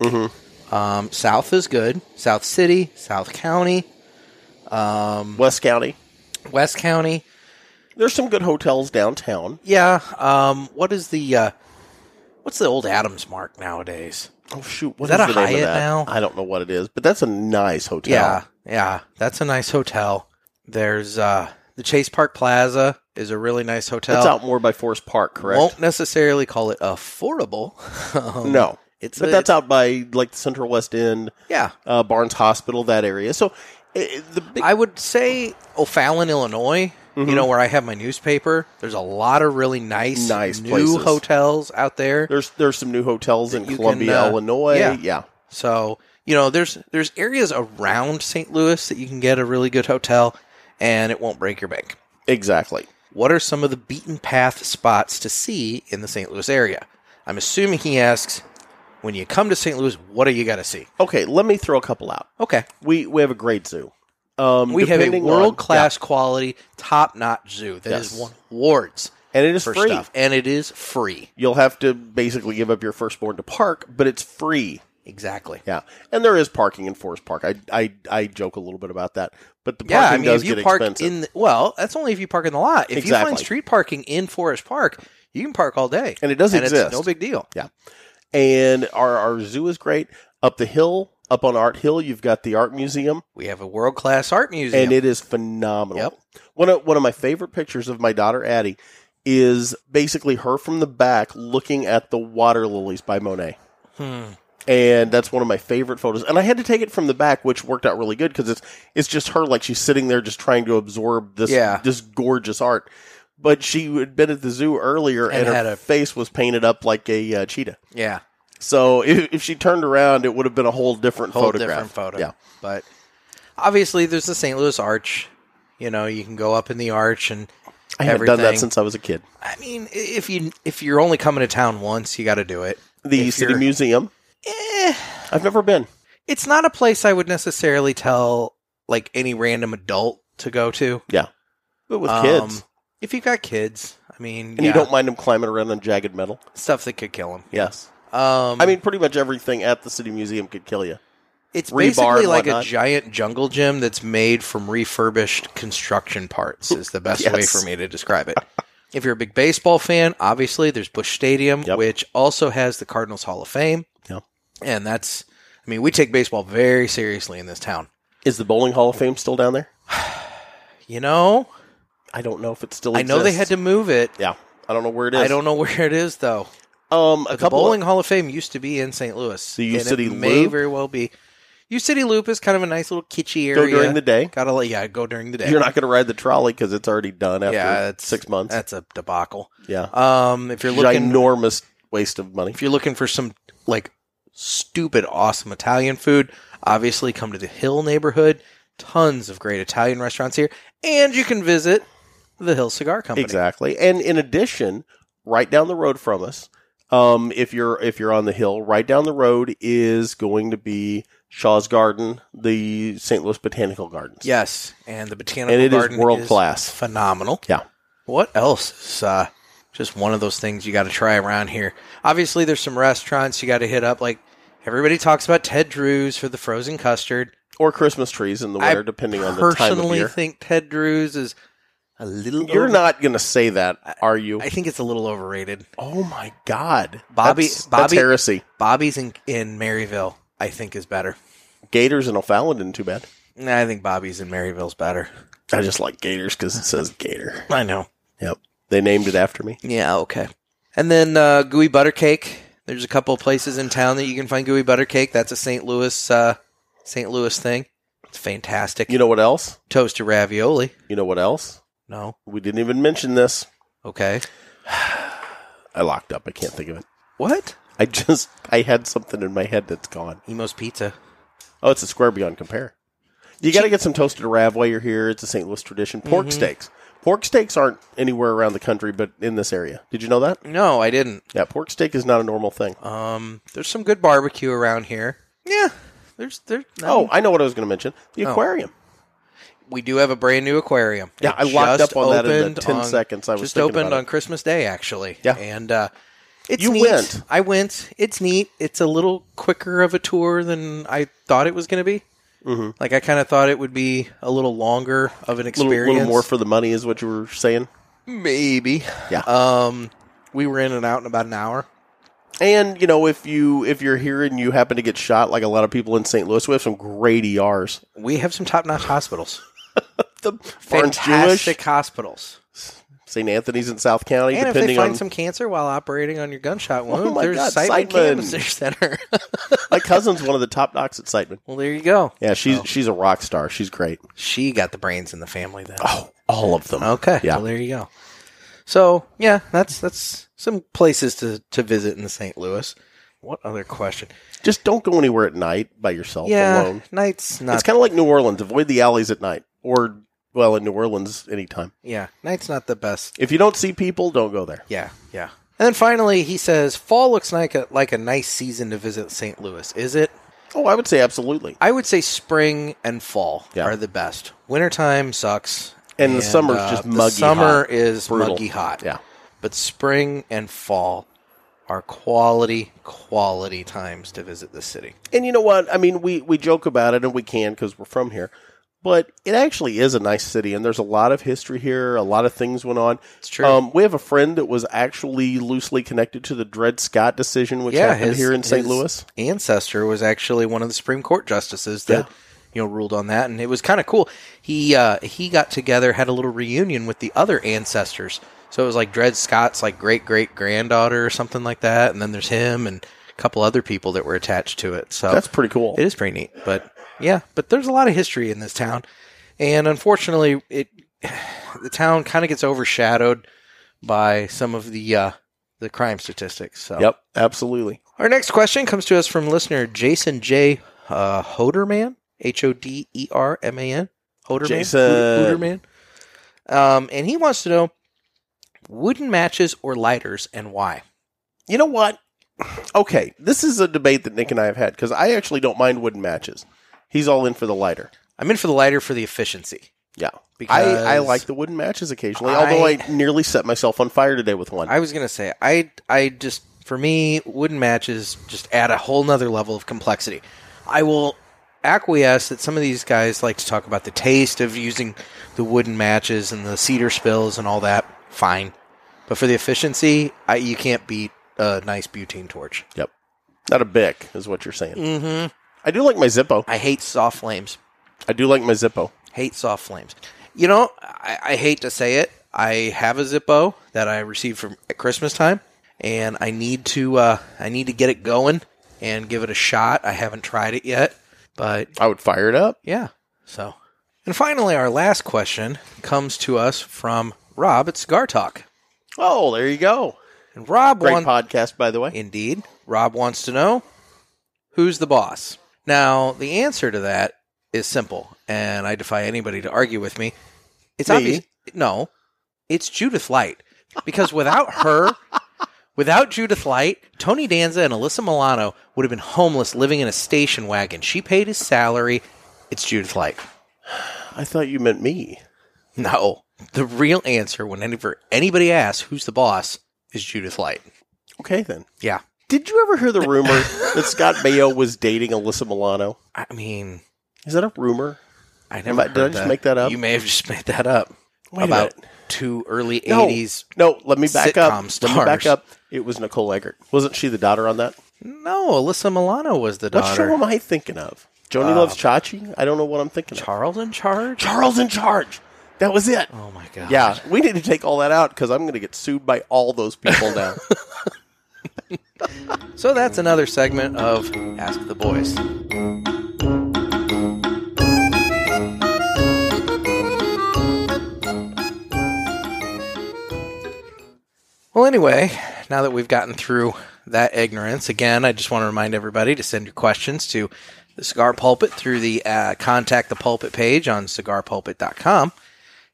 Mm-hmm. Um, south is good. South City, South County, Mm. West County, West County. there's some good hotels downtown. Yeah. Um, what is the uh, what's the old Adams mark nowadays? Oh shoot, what Is is, that a the name Hyatt of that? now? I don't know what it is, but that's a nice hotel. Yeah, yeah. That's a nice hotel. There's uh, the Chase Park Plaza is a really nice hotel. It's out more by Forest Park, correct? Won't necessarily call it affordable. Um, no. it's but a- that's out by like the Central West End, yeah. uh, Barnes Hospital, that area. So eh, the big, I would say O'Fallon, Illinois. You Mm-hmm. know where I have my newspaper. There's a lot of really nice, Nice new places. hotels out there. there's there's some new hotels in That you Columbia, can, uh, Illinois. yeah. Yeah. So you know, there's there's areas around St. Louis that you can get a really good hotel, and it won't break your bank. exactly. What are some of the beaten path spots to see in the St. Louis area? I'm assuming he asks, when you come to St. Louis, what do you got to see? Okay, let me throw a couple out. Okay, We we have a great zoo. Um, we have a depending on- world class quality, top notch zoo that has Yes. won awards yeah, and it is for free. stuff, and it is free. You'll have to basically give up your firstborn to park, but it's free. Exactly. Yeah, and there is parking in Forest Park. I I, I joke a little bit about that, but the Yeah, parking I mean, does if you get park expensive. in, the, well, that's only if you park in the lot. If you Exactly. find street parking in Forest Park, you can park all day, and it does and exist. it's no big deal. and our our zoo is great. Up the hill, up on Art Hill, you've got the art museum, We have a world class art museum. and it is phenomenal. Yep. One of one of my favorite pictures of my daughter Addie is basically her from the back looking at the water lilies by Monet. Hmm. and that's one of my favorite photos. And I had to take it from the back, which worked out really good because it's it's just her like she's sitting there just trying to absorb this Yeah. this gorgeous art. But she had been at the zoo earlier, And and, her had a- face was painted up like a uh, cheetah. Yeah, So if, if she turned around, it would have been a whole different whole photograph. different photo. Yeah, but obviously there's the St. Louis Arch. You know, you can go up in the arch, and I haven't done that Everything. since I was a kid. I mean, i- if you if you're only coming to town once, you got to do it. The If city you're- museum, Eh, I've never been. it's not a place I would necessarily tell like any random adult to go to. But with Um, kids, If you've got kids, I mean, and you don't mind them climbing around on jagged metal. stuff that could kill them. Yes, Um, I mean pretty much everything at the city museum could kill you. it's rebar and basically like a whatnot. giant jungle gym that's made from refurbished construction parts. Is the best way Yes. for me to describe it. if you're a big baseball fan, obviously there's Bush Stadium, Yep. which also has the Cardinals Hall of Fame. Yep. and that's. I mean, we take baseball very seriously in this town. Is the bowling hall of fame still down there? You know, I don't know if it still. I Exists. know they had to move it. Yeah, I don't know where it is. I don't know where it is though. Um, a The couple. Bowling Hall of Fame used to be in St. Louis. The U and it City may Loop? very well be. U City Loop is kind of a nice little kitschy go area. during the day. Gotta let yeah go during the day. You're not going to ride the trolley because it's already done after Yeah, it's- six months. That's a debacle. yeah, Um, if you're looking ginormous waste of money. if you're looking for some like stupid awesome Italian food, obviously come to the Hill neighborhood. Tons of great Italian restaurants here, and you can visit the Hill Cigar Company. Exactly. And in addition, right down the road from us, um, if you're if you're on the hill, right down the road is going to be Shaw's Garden, the St. Louis Botanical Gardens. Yes, and the botanical and it is garden world class. phenomenal. Yeah. What else is uh, just one of those things you got to try around here? Obviously, there's some restaurants you got to hit up. Like everybody talks about Ted Drew's for the frozen custard. Or Christmas trees in the I winter, depending on the time of Personally, year. think Ted Drew's is a little. You're over- not going to say that, are you? I think it's a little overrated. oh my God, Bobby- That's- that's Bobby- heresy. Bobby's in in Maryville, I think, is better. Gators and O'Fallon didn't too bad. Nah, I think Bobby's in Maryville's better. I just like Gators because it says Gator. I know. They named it after me. Yeah, okay. And then uh, gooey butter cake. There's a couple of places in town that you can find gooey butter cake. That's a St. Louis uh, St. Louis thing. It's fantastic. You know what else? Toasted ravioli. You know what else? No. We didn't even mention this. Okay. I locked up. I can't think of it. What? I just I had something in my head that's gone. Emo's pizza. Oh, it's a square beyond compare. You got to get some toasted rav while you're here. It's a St. Louis tradition. Pork Mhm. steaks. Pork steaks aren't anywhere around the country, but in this area. Did you know that? No, I didn't. Yeah, pork steak is not a normal thing. Um, there's some good barbecue around here. Yeah. There's there. Oh, I know what I was going to mention. The Oh. aquarium. we do have a brand new aquarium. Yeah, It I locked just up on that in opened the ten on- seconds I was just thinking opened about on Christmas Day, actually. Yeah. and uh, it's You neat. went. I went. It's neat. It's a little quicker of a tour than I thought it was going to be. it. Mm-hmm. Like I kind of thought it would be a little longer of an A little, experience. little more for the money is what you were saying. maybe. Yeah. Um, we were in and out in about an hour. And you know, if you if you're here and you happen to get shot, like a lot of people in St. Louis, we have some great E ERs. We have some top notch hospitals. The Barnes Jewish, Fantastic hospitals. St. Anthony's in South County, And if they depending find on Oh some cancer while operating on your gunshot wound, my there's God, Siteman Siteman. Cancer Center. my cousin's one of the top docs at Siteman. well, there you go. Yeah, she's Oh. she's a rock star. She's great. She got the brains in the family then. Oh, all of them. Okay. Yeah. Well, there you go. So yeah, that's that's some places to to visit in St. Louis. What other question? Just don't go anywhere at night by yourself yeah, alone. nights not It's kind of like New Orleans. Avoid the alleys at night, or well, in New Orleans, anytime. yeah, nights not the best. If you don't see people, don't go there. Yeah, yeah. And then finally, he says, "Fall looks like a like a nice season to visit St. Louis. Is it? Oh, I would say absolutely. I would say spring and fall Yeah. are the best. Wintertime sucks, uh, And the summer's just the muggy summer hot. is Brutal. muggy hot. Yeah. but spring and fall are quality, quality times to visit this city. And you know what? I mean, we we joke about it, and we can because we're from here. But it actually is a nice city, and there's a lot of history here. A lot of things went on. It's true. Um, we have a friend that was actually loosely connected to the Dred Scott decision, which Yeah, happened his- here in St. his- Louis. ancestor was actually one of the Supreme Court justices that Yeah. you know ruled on that, and it was kind of cool. He uh, he got together, had a little reunion with the other ancestors. So it was like Dred Scott's like great great granddaughter or something like that, and then there's him and a couple other people that were attached to it. So That's pretty cool. it is pretty neat. But yeah, but there's a lot of history in this town, and unfortunately, it the town kind of gets overshadowed by some of the uh, the crime statistics. So Yep, absolutely. our next question comes to us from listener Jason J. Uh, Hoderman, H O D E R M A N, Hoderman, Jason. Hoderman, um, and he wants to know wooden matches or lighters and why. You know what? Okay, this is a debate that Nick and I have had because I actually don't mind wooden matches. He's all in for the lighter. I'm in for the lighter for the efficiency. Yeah. because I, I like the wooden matches occasionally, although I- I nearly set myself on fire today with one. I was gonna say I I just for me wooden matches just add a whole nother level of complexity. I will acquiesce that some of these guys like to talk about the taste of using the wooden matches and the cedar spills and all that. Fine, but for the efficiency, I, you can't beat a nice butane torch. Not a bick, is what you're saying. Mm-hmm. I do like my Zippo. I hate soft flames. I do like my Zippo. Hate soft flames. You know, I, I hate to say it. I have a Zippo that I received from at Christmas time, and I need to uh, I need to get it going and give it a shot. I haven't tried it yet, but I would fire it up. yeah. So, and finally, our last question comes to us from Rob at Cigar Talk, Oh, there you go. and Rob Great wants podcast, by the way. indeed. Rob wants to know who's the boss. Now, the answer to that is simple, and I defy anybody to argue with me. It's Me? obvious. No, it's Judith Light because without her, without Judith Light, Tony Danza and Alyssa Milano would have been homeless, living in a station wagon. She paid his salary. It's Judith Light. I thought you meant me. No, the real answer when any- for anybody asks who's the boss is Judith Light. Okay, then. Yeah. Did you ever hear the rumor that Scott Mayo was dating Alyssa Milano? I mean, Is that a rumor? I Am never. I- did I heard just make that up? You may have just made that up Wait a about minute. two early No. '80s. No, let me back up. Sitcom Let me back stars. up. It was Nicole Eggert. Wasn't she the daughter on that? No, Alyssa Milano was the What show daughter. Uh, am I thinking of? Joni loves Chachi. I don't know what I'm thinking of. Charles in charge. Charles in Charge. That was it. Oh my god. Yeah, we need to take all that out because I'm going to get sued by all those people now. So that's another segment of Ask the Boys. Well, anyway, now that we've gotten through that ignorance, again, I just want to remind everybody to send your questions to the Cigar Pulpit through the uh, Contact the Pulpit page on cigarpulpit.com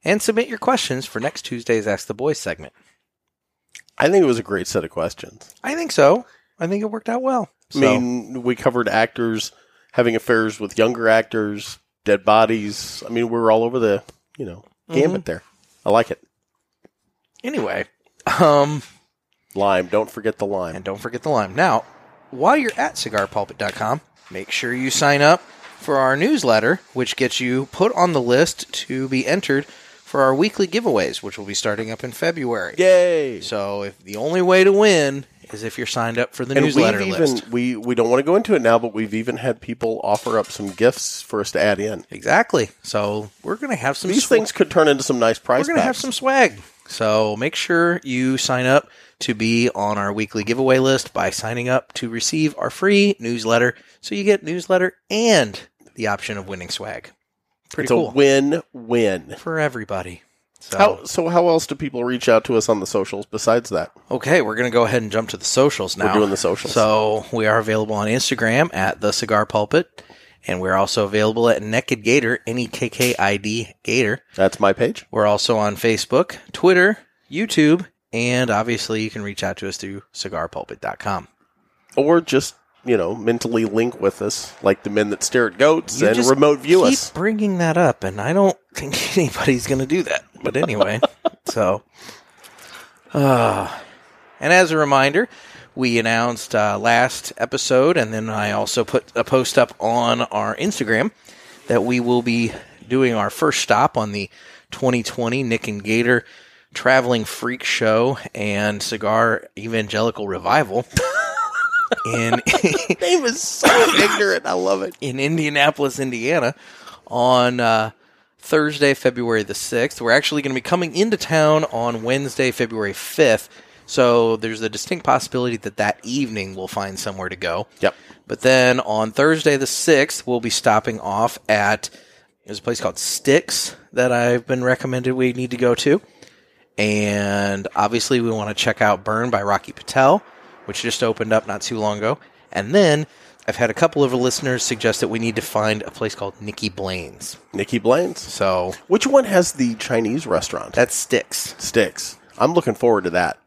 and submit your questions for next Tuesday's Ask the Boys segment. I think it was a great set of questions. I think so. I think it worked out well. So- I mean, we covered actors having affairs with younger actors, dead bodies. I mean, we were all over the you know Mm-hmm. gambit there. I like it. Anyway, um, Lime. Don't forget the lime. and don't forget the lime. Now, while you're at cigarpulpit.com, make sure you sign up for our newsletter, which gets you put on the list to be entered for our weekly giveaways, which will be starting up in February. Yay! So, if the only way to win is if you're signed up for the and newsletter we've even list. we we don't want to go into it now, but we've even had people offer up some gifts for us to add in. Exactly. So, we're going to have some These swa- things could turn into some nice we're prize. going to have packs. some swag. So, make sure you sign up to be on our weekly giveaway list by signing up to receive our free newsletter. So, you get newsletter and the option of winning swag. Pretty It's cool. a win-win. for everybody. So, How so? How else do people reach out to us on the socials besides that? okay, we're going to go ahead and jump to the socials now. We're doing the socials. So, we are available on Instagram at the cigar pulpit, and we're also available at Naked Gator, N E K K I D Gator. That's my page. We're also on Facebook, Twitter, YouTube, and obviously you can reach out to us through cigarpulpit.com. Or just, you know, mentally link with us, like the men that stare at goats You and just remote view Keep us. bringing that up, and I don't think anybody's going to do that. But anyway, so. Uh, and as a reminder, we announced uh, last episode, and then I also put a post up on our Instagram that we will be doing our first stop on the 2020 Nick and Gator Traveling Freak Show and Cigar Evangelical Revival in Name is so ignorant. I love it. in Indianapolis, Indiana, on uh, Thursday, February the 6th. We're actually going to be coming into town on Wednesday, February 5th. So there's a distinct possibility that that evening we'll find somewhere to go. Yep. But then on Thursday the 6th, we'll be stopping off at there's a place called Sticks that I've been recommended we need to go to. And obviously, we want to check out Burn by Rocky Patel, which just opened up not too long ago. And then I've had a couple of listeners suggest that we need to find a place called Nikki Blaine's. Nikki Blaine's. So Which one has the Chinese restaurant? that's Sticks. Sticks. I'm looking forward to that.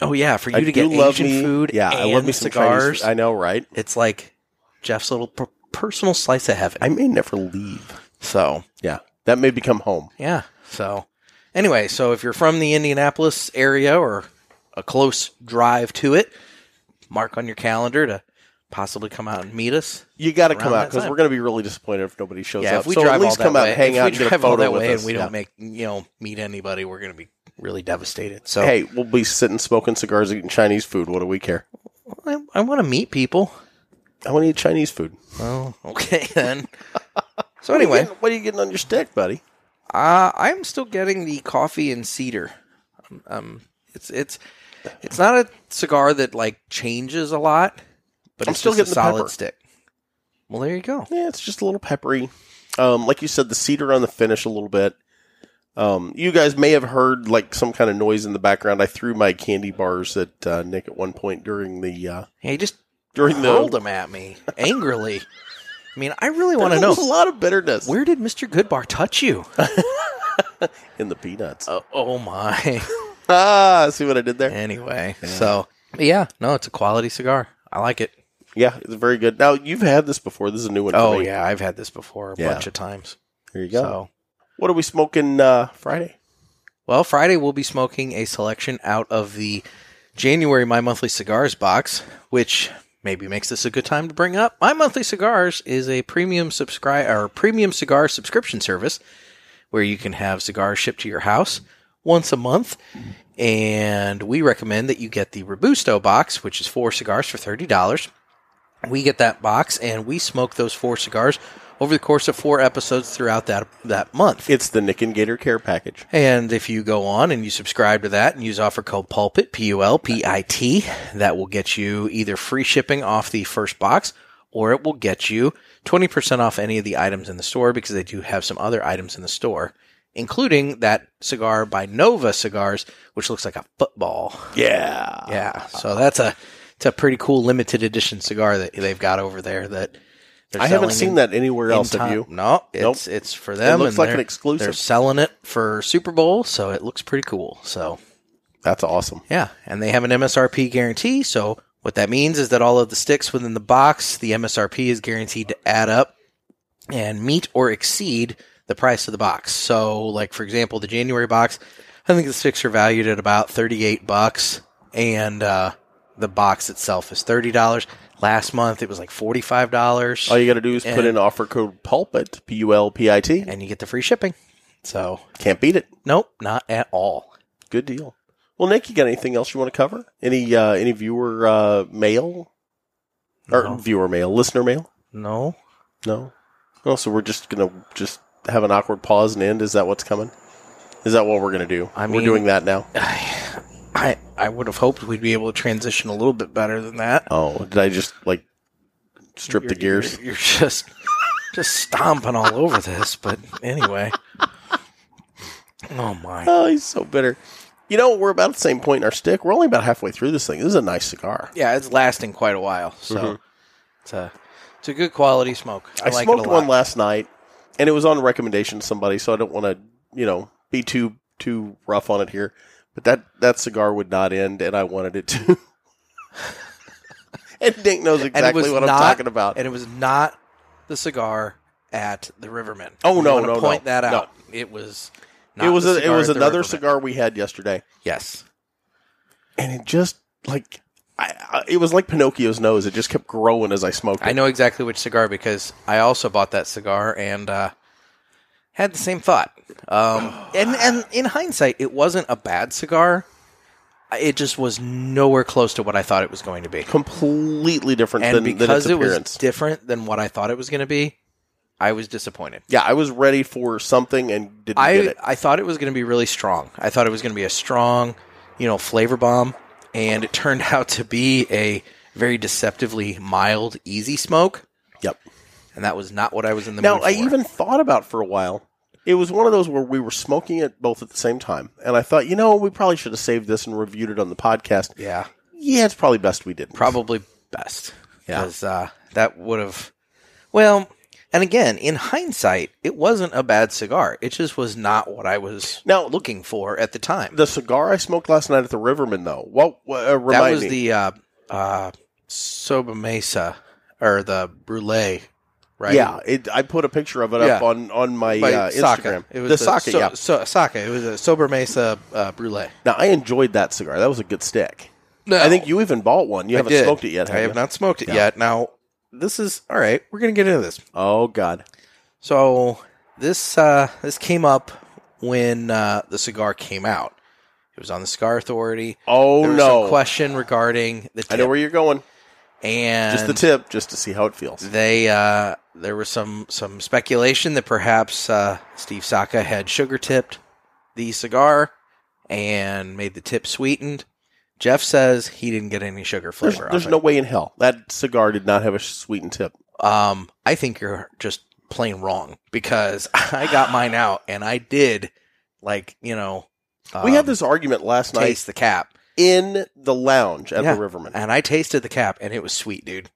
Oh, yeah. For you I to get do love Asian me- food Yeah, I love me some Chinese cigars, food. I know, right? it's like Jeff's little per- personal slice of heaven. I may never leave. so Yeah, that may become home. Yeah. So, anyway, so if you're from the Indianapolis area or a close drive to it, mark on your calendar to possibly come out and meet us. You got to Around come out that because time. we're going to be really disappointed if nobody shows yeah, up. if we so drive at least all that come out, way, and hang if out, we and get a drive all photo that with way us. and we Yeah. don't make you know meet anybody, we're going to be really devastated. So, Hey, we'll be sitting smoking cigars, eating Chinese food. What do we care? I, I want to meet people. I want to eat Chinese food. Oh, okay then. so What are you anyway, getting- what are you getting on your stick, buddy? Uh, I'm still getting the coffee and cedar. Um, um, it's it's it's not a cigar that like changes a lot, but I'm it's still just a getting the solid pepper. stick. Well, there you go. Yeah, it's just a little peppery. Um, like you said, the cedar on the finish a little bit. Um, you guys may have heard like some kind of noise in the background. I threw my candy bars at uh, Nick at one point during the uh, Yeah, he just during the. hurled them at me angrily. I mean, I really want to There know was a lot of bitterness where did Mister Goodbar touch you? in the peanuts. Uh, oh my. Ah, see what I did there? anyway, so but yeah, no, it's a quality cigar. I like it. Yeah, it's very good. Now you've had this before. This is a new one. for Oh me. yeah, I've had this before a Yeah. bunch of times. There you go. So. What are we smoking uh, Friday? Well, Friday we'll be smoking a selection out of the January My Monthly Cigars box, which maybe makes this a good time to bring up. My Monthly Cigars is a premium subscribe or premium cigar subscription service where you can have cigars shipped to your house once a month. And we recommend that you get the Robusto box, which is four cigars for thirty dollars. We get that box and we smoke those four cigars over the course of four episodes throughout that that month. It's the Nick and Gator Care Package. And if you go on and you subscribe to that and use offer code PULPIT, P U L P I T, that will get you either free shipping off the first box or it will get you 20% off any of the items in the store because they do have some other items in the store, including that cigar by Nova Cigars, which looks like a football. Yeah. Yeah. So that's a it's a pretty cool limited edition cigar that they've got over there that they're I selling haven't in- seen that anywhere else. in Have time. you? No, it's Nope. it's for them. looks and like an they're- exclusive. They're selling it for Super Bowl, so it looks pretty cool. So That's awesome. yeah, and they have an MSRP guarantee. So what that means is that all of the sticks within the box, the MSRP is guaranteed to add up and meet or exceed the price of the box. So like for example, the January box, I think the sticks are valued at about thirty eight bucks, and uh, the box itself is thirty dollars. Last month it was like forty five dollars. All you got to do is put And- in offer code PULPIT, P U L P I T. and you get the free shipping. So, Can't beat it. nope, not at all. Good deal. Well, Nick, you got anything else you want to cover? Any uh, any viewer uh, mail or No. viewer mail, listener mail? No. No. Oh, so we're just gonna just have an awkward pause and end. Is that what's coming? Is that what we're gonna do? I we're mean- doing that now. I, I I would have hoped we'd be able to transition a little bit better than that. Oh, did I just like strip the You're- gears? You're, you're just just stomping all over this, but anyway. Oh my. Oh, he's so bitter. You know, we're about the same point in our stick. We're only about halfway through this thing. This is a nice cigar. Yeah, it's lasting quite a while. So, Mhm. it's a it's a good quality smoke. I, I, like smoked it a lot. one last night, and it was on recommendation of somebody, so I don't want to, you know, be too too rough on it here. But that that cigar would not end, and I wanted it to. and Nick knows exactly was what not- I'm talking about. and it was not the cigar at the Riverman. Oh, We no, wanna no, no. Point that No. out. It was not it was the a, it cigar was at the another Riverman. cigar we had yesterday, Yes. and it just like I, I, it was like Pinocchio's nose. It just kept growing as I smoked it. I know exactly which cigar because I also bought that cigar and uh, had the same thought. Um, and and in hindsight, it wasn't a bad cigar. It just was nowhere close to what I thought it was going to be. Completely different And than, than because its it was appearance. different than what I thought it was going to be, I was disappointed. yeah, I was ready for something and didn't get I it. I thought it was going to be really strong. I thought it was going to be a strong, you know, flavor bomb, and it turned out to be a very deceptively mild, easy smoke, Yep. and that was not what I was in the Now mood I for. even thought about it for a while. It was one of those where we were smoking it both at the same time, and I thought, you know, we probably should have saved this and reviewed it on the podcast. yeah, Yeah, it's probably best we didn't. probably best. Yeah. because uh, that would have. Well, and again, in hindsight, it wasn't a bad cigar. It just was not what I was Now- looking for at the time. The cigar I smoked last night at the Riverman, though, well, uh, remind that was me. the uh, uh, Soba Mesa or the Brulee, right? Yeah, it, I put a picture of it up Yeah. on on my by uh, Saka. Instagram. It was the a socket, so, yeah. So, Saka. It was a Sober Mesa uh, Brulee. Now I enjoyed that cigar. That was a good stick. No, I think you even bought one. You haven't smoked it yet. Have I have you? not smoked it Yeah. yet. Now this is all right. We're gonna get into this. Oh God. So this uh, this came up when uh, the cigar came out. It was on the Cigar Authority. Oh there was some no. question regarding the tip, I know where you're going. and Just the tip, just to see how it feels. They uh, there was some some speculation that perhaps uh, Steve Saka had sugar tipped the cigar and made the tip sweetened. Jeff says he didn't get any sugar There's, flavor. there's off no way in hell that cigar did not have a sweetened tip. it. Um, I think you're just plain wrong because I got mine out and I did like you know we had um, this argument last night taste the cap in the lounge at Yeah. the Riverman. and I tasted the cap and it was sweet, dude.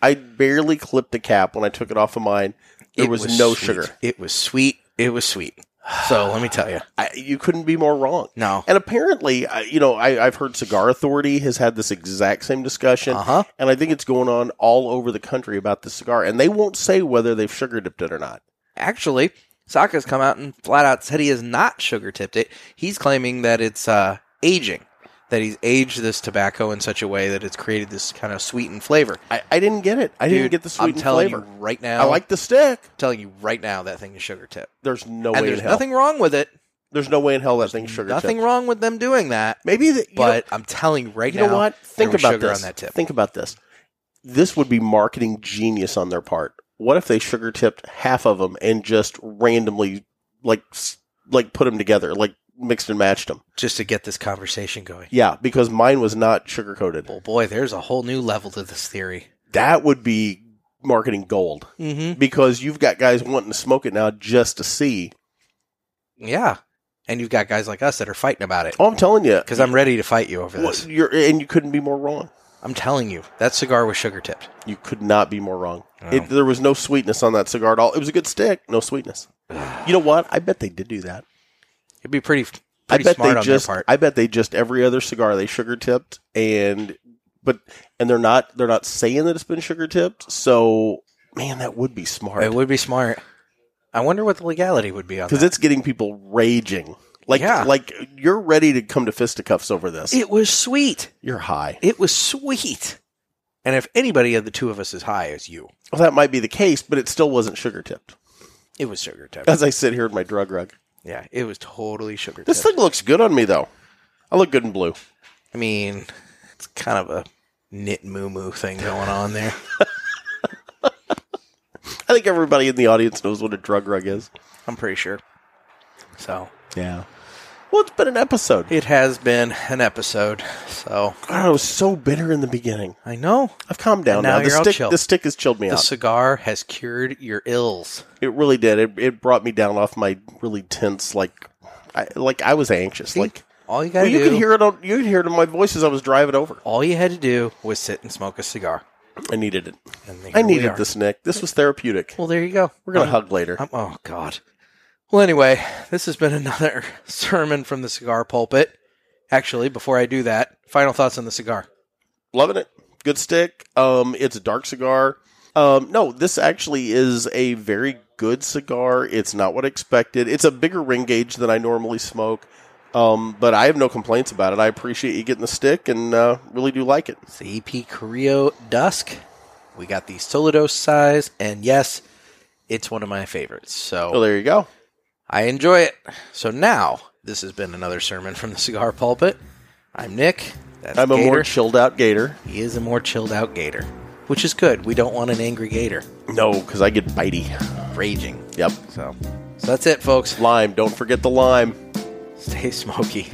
I barely clipped the cap when I took it off of mine. There It was, no sweet. sugar. It was sweet. It was sweet. So let me tell you, I, you couldn't be more wrong. no, And apparently, I- you know, I, I've heard Cigar Authority has had this exact same discussion, uh huh. and I think it's going on all over the country about this cigar. And they won't say whether they've sugar dipped it or not. actually Saka's come out and flat out said he has not sugar tipped it. He's claiming that it's uh, aging, that he's aged this tobacco in such a way that it's created this kind of sweetened flavor. I, I didn't get it. I didn't Dude, get the I'm sweetened telling flavor. you right now. I like the stick. I'm telling you right now that thing is sugar tipped, There's no and Oh, way there's in hell. nothing wrong with it. there's no way in hell that thing's sugar nothing tipped. wrong with them doing that. Maybe that. you know- But I'm telling you right you now, know what? there Think was about sugar this. on that tip. Think about this. This would be marketing genius on their part. What if they sugar tipped half of them and just randomly like s- like put them together, like mixed and matched them? just to get this conversation going. Yeah, because mine was not sugar coated. Well, boy, there's a whole new level to this theory. That would be marketing gold Mm-hmm. because you've got guys wanting to smoke it now just to see. Yeah, and you've got guys like us that are fighting about it Oh, I'm telling you, because I'm ready to fight you over this. what, you're and you couldn't be more wrong. I'm telling you, that cigar was sugar tipped. You could not be more wrong. Oh. It, there was no sweetness on that cigar at all. It was a good stick, no sweetness. You know what? I bet they did do that. It'd be pretty, I pretty bet smart they on just. their part. I bet they just every other cigar they sugar tipped and but and they're not they're not saying that it's been sugar tipped. So man, that would be smart it would be smart. I wonder what the legality would be on because that. it's getting people raging. Like Yeah. like you're ready to come to fisticuffs over this. It was sweet. you're high. It was sweet. And if anybody of the two of us is high, it's you. Well, that might be the case, but it still wasn't sugar tipped. It was sugar tipped. As I sit here in my drug rug, yeah, it was totally sugar tipped. this thing looks good on me though. I look good in blue. I mean, it's kind of a knit moo moo thing going on there. I think everybody in the audience knows what a drug rug is. I'm pretty sure. So Yeah. Well, it's been an episode. it has been an episode. So God, I was so bitter in the beginning. I know I've calmed down And now now. The you're all stick, chill. the stick has chilled me the out. cigar has cured your ills. it really did. It, it brought me down off my really tense, like, I, like I was anxious. See? Like All you well, gotta you do could hear it. On, you could hear it in my voice as I was driving over. All you had to do was sit and smoke a cigar. I needed it. And I here we needed are. this, Nick. This was therapeutic. Well, there you go. We're gonna I'm- hug later. I'm- oh God. Well, anyway, this has been another sermon from the cigar pulpit. Actually, before I do that, final thoughts on the cigar. Loving it. Good stick. Um, it's a dark cigar. Um, no, this actually is a very good cigar. It's not what I expected. It's a bigger ring gauge than I normally smoke. Um, but I have no complaints about it. I appreciate you getting the stick and uh, really do like it. It's the EP Creo Dusk. We got the Solidos size, and yes, it's one of my favorites. So So there you go. I enjoy it. So now, this has been another sermon from the cigar pulpit. I'm Nick. That's I'm a Gator. more chilled out gator. he is a more chilled out gator, which is good. We don't want an angry gator No, because I get bitey. raging. Yep. So, so that's it, folks. Lime. Don't forget the lime. Stay smoky.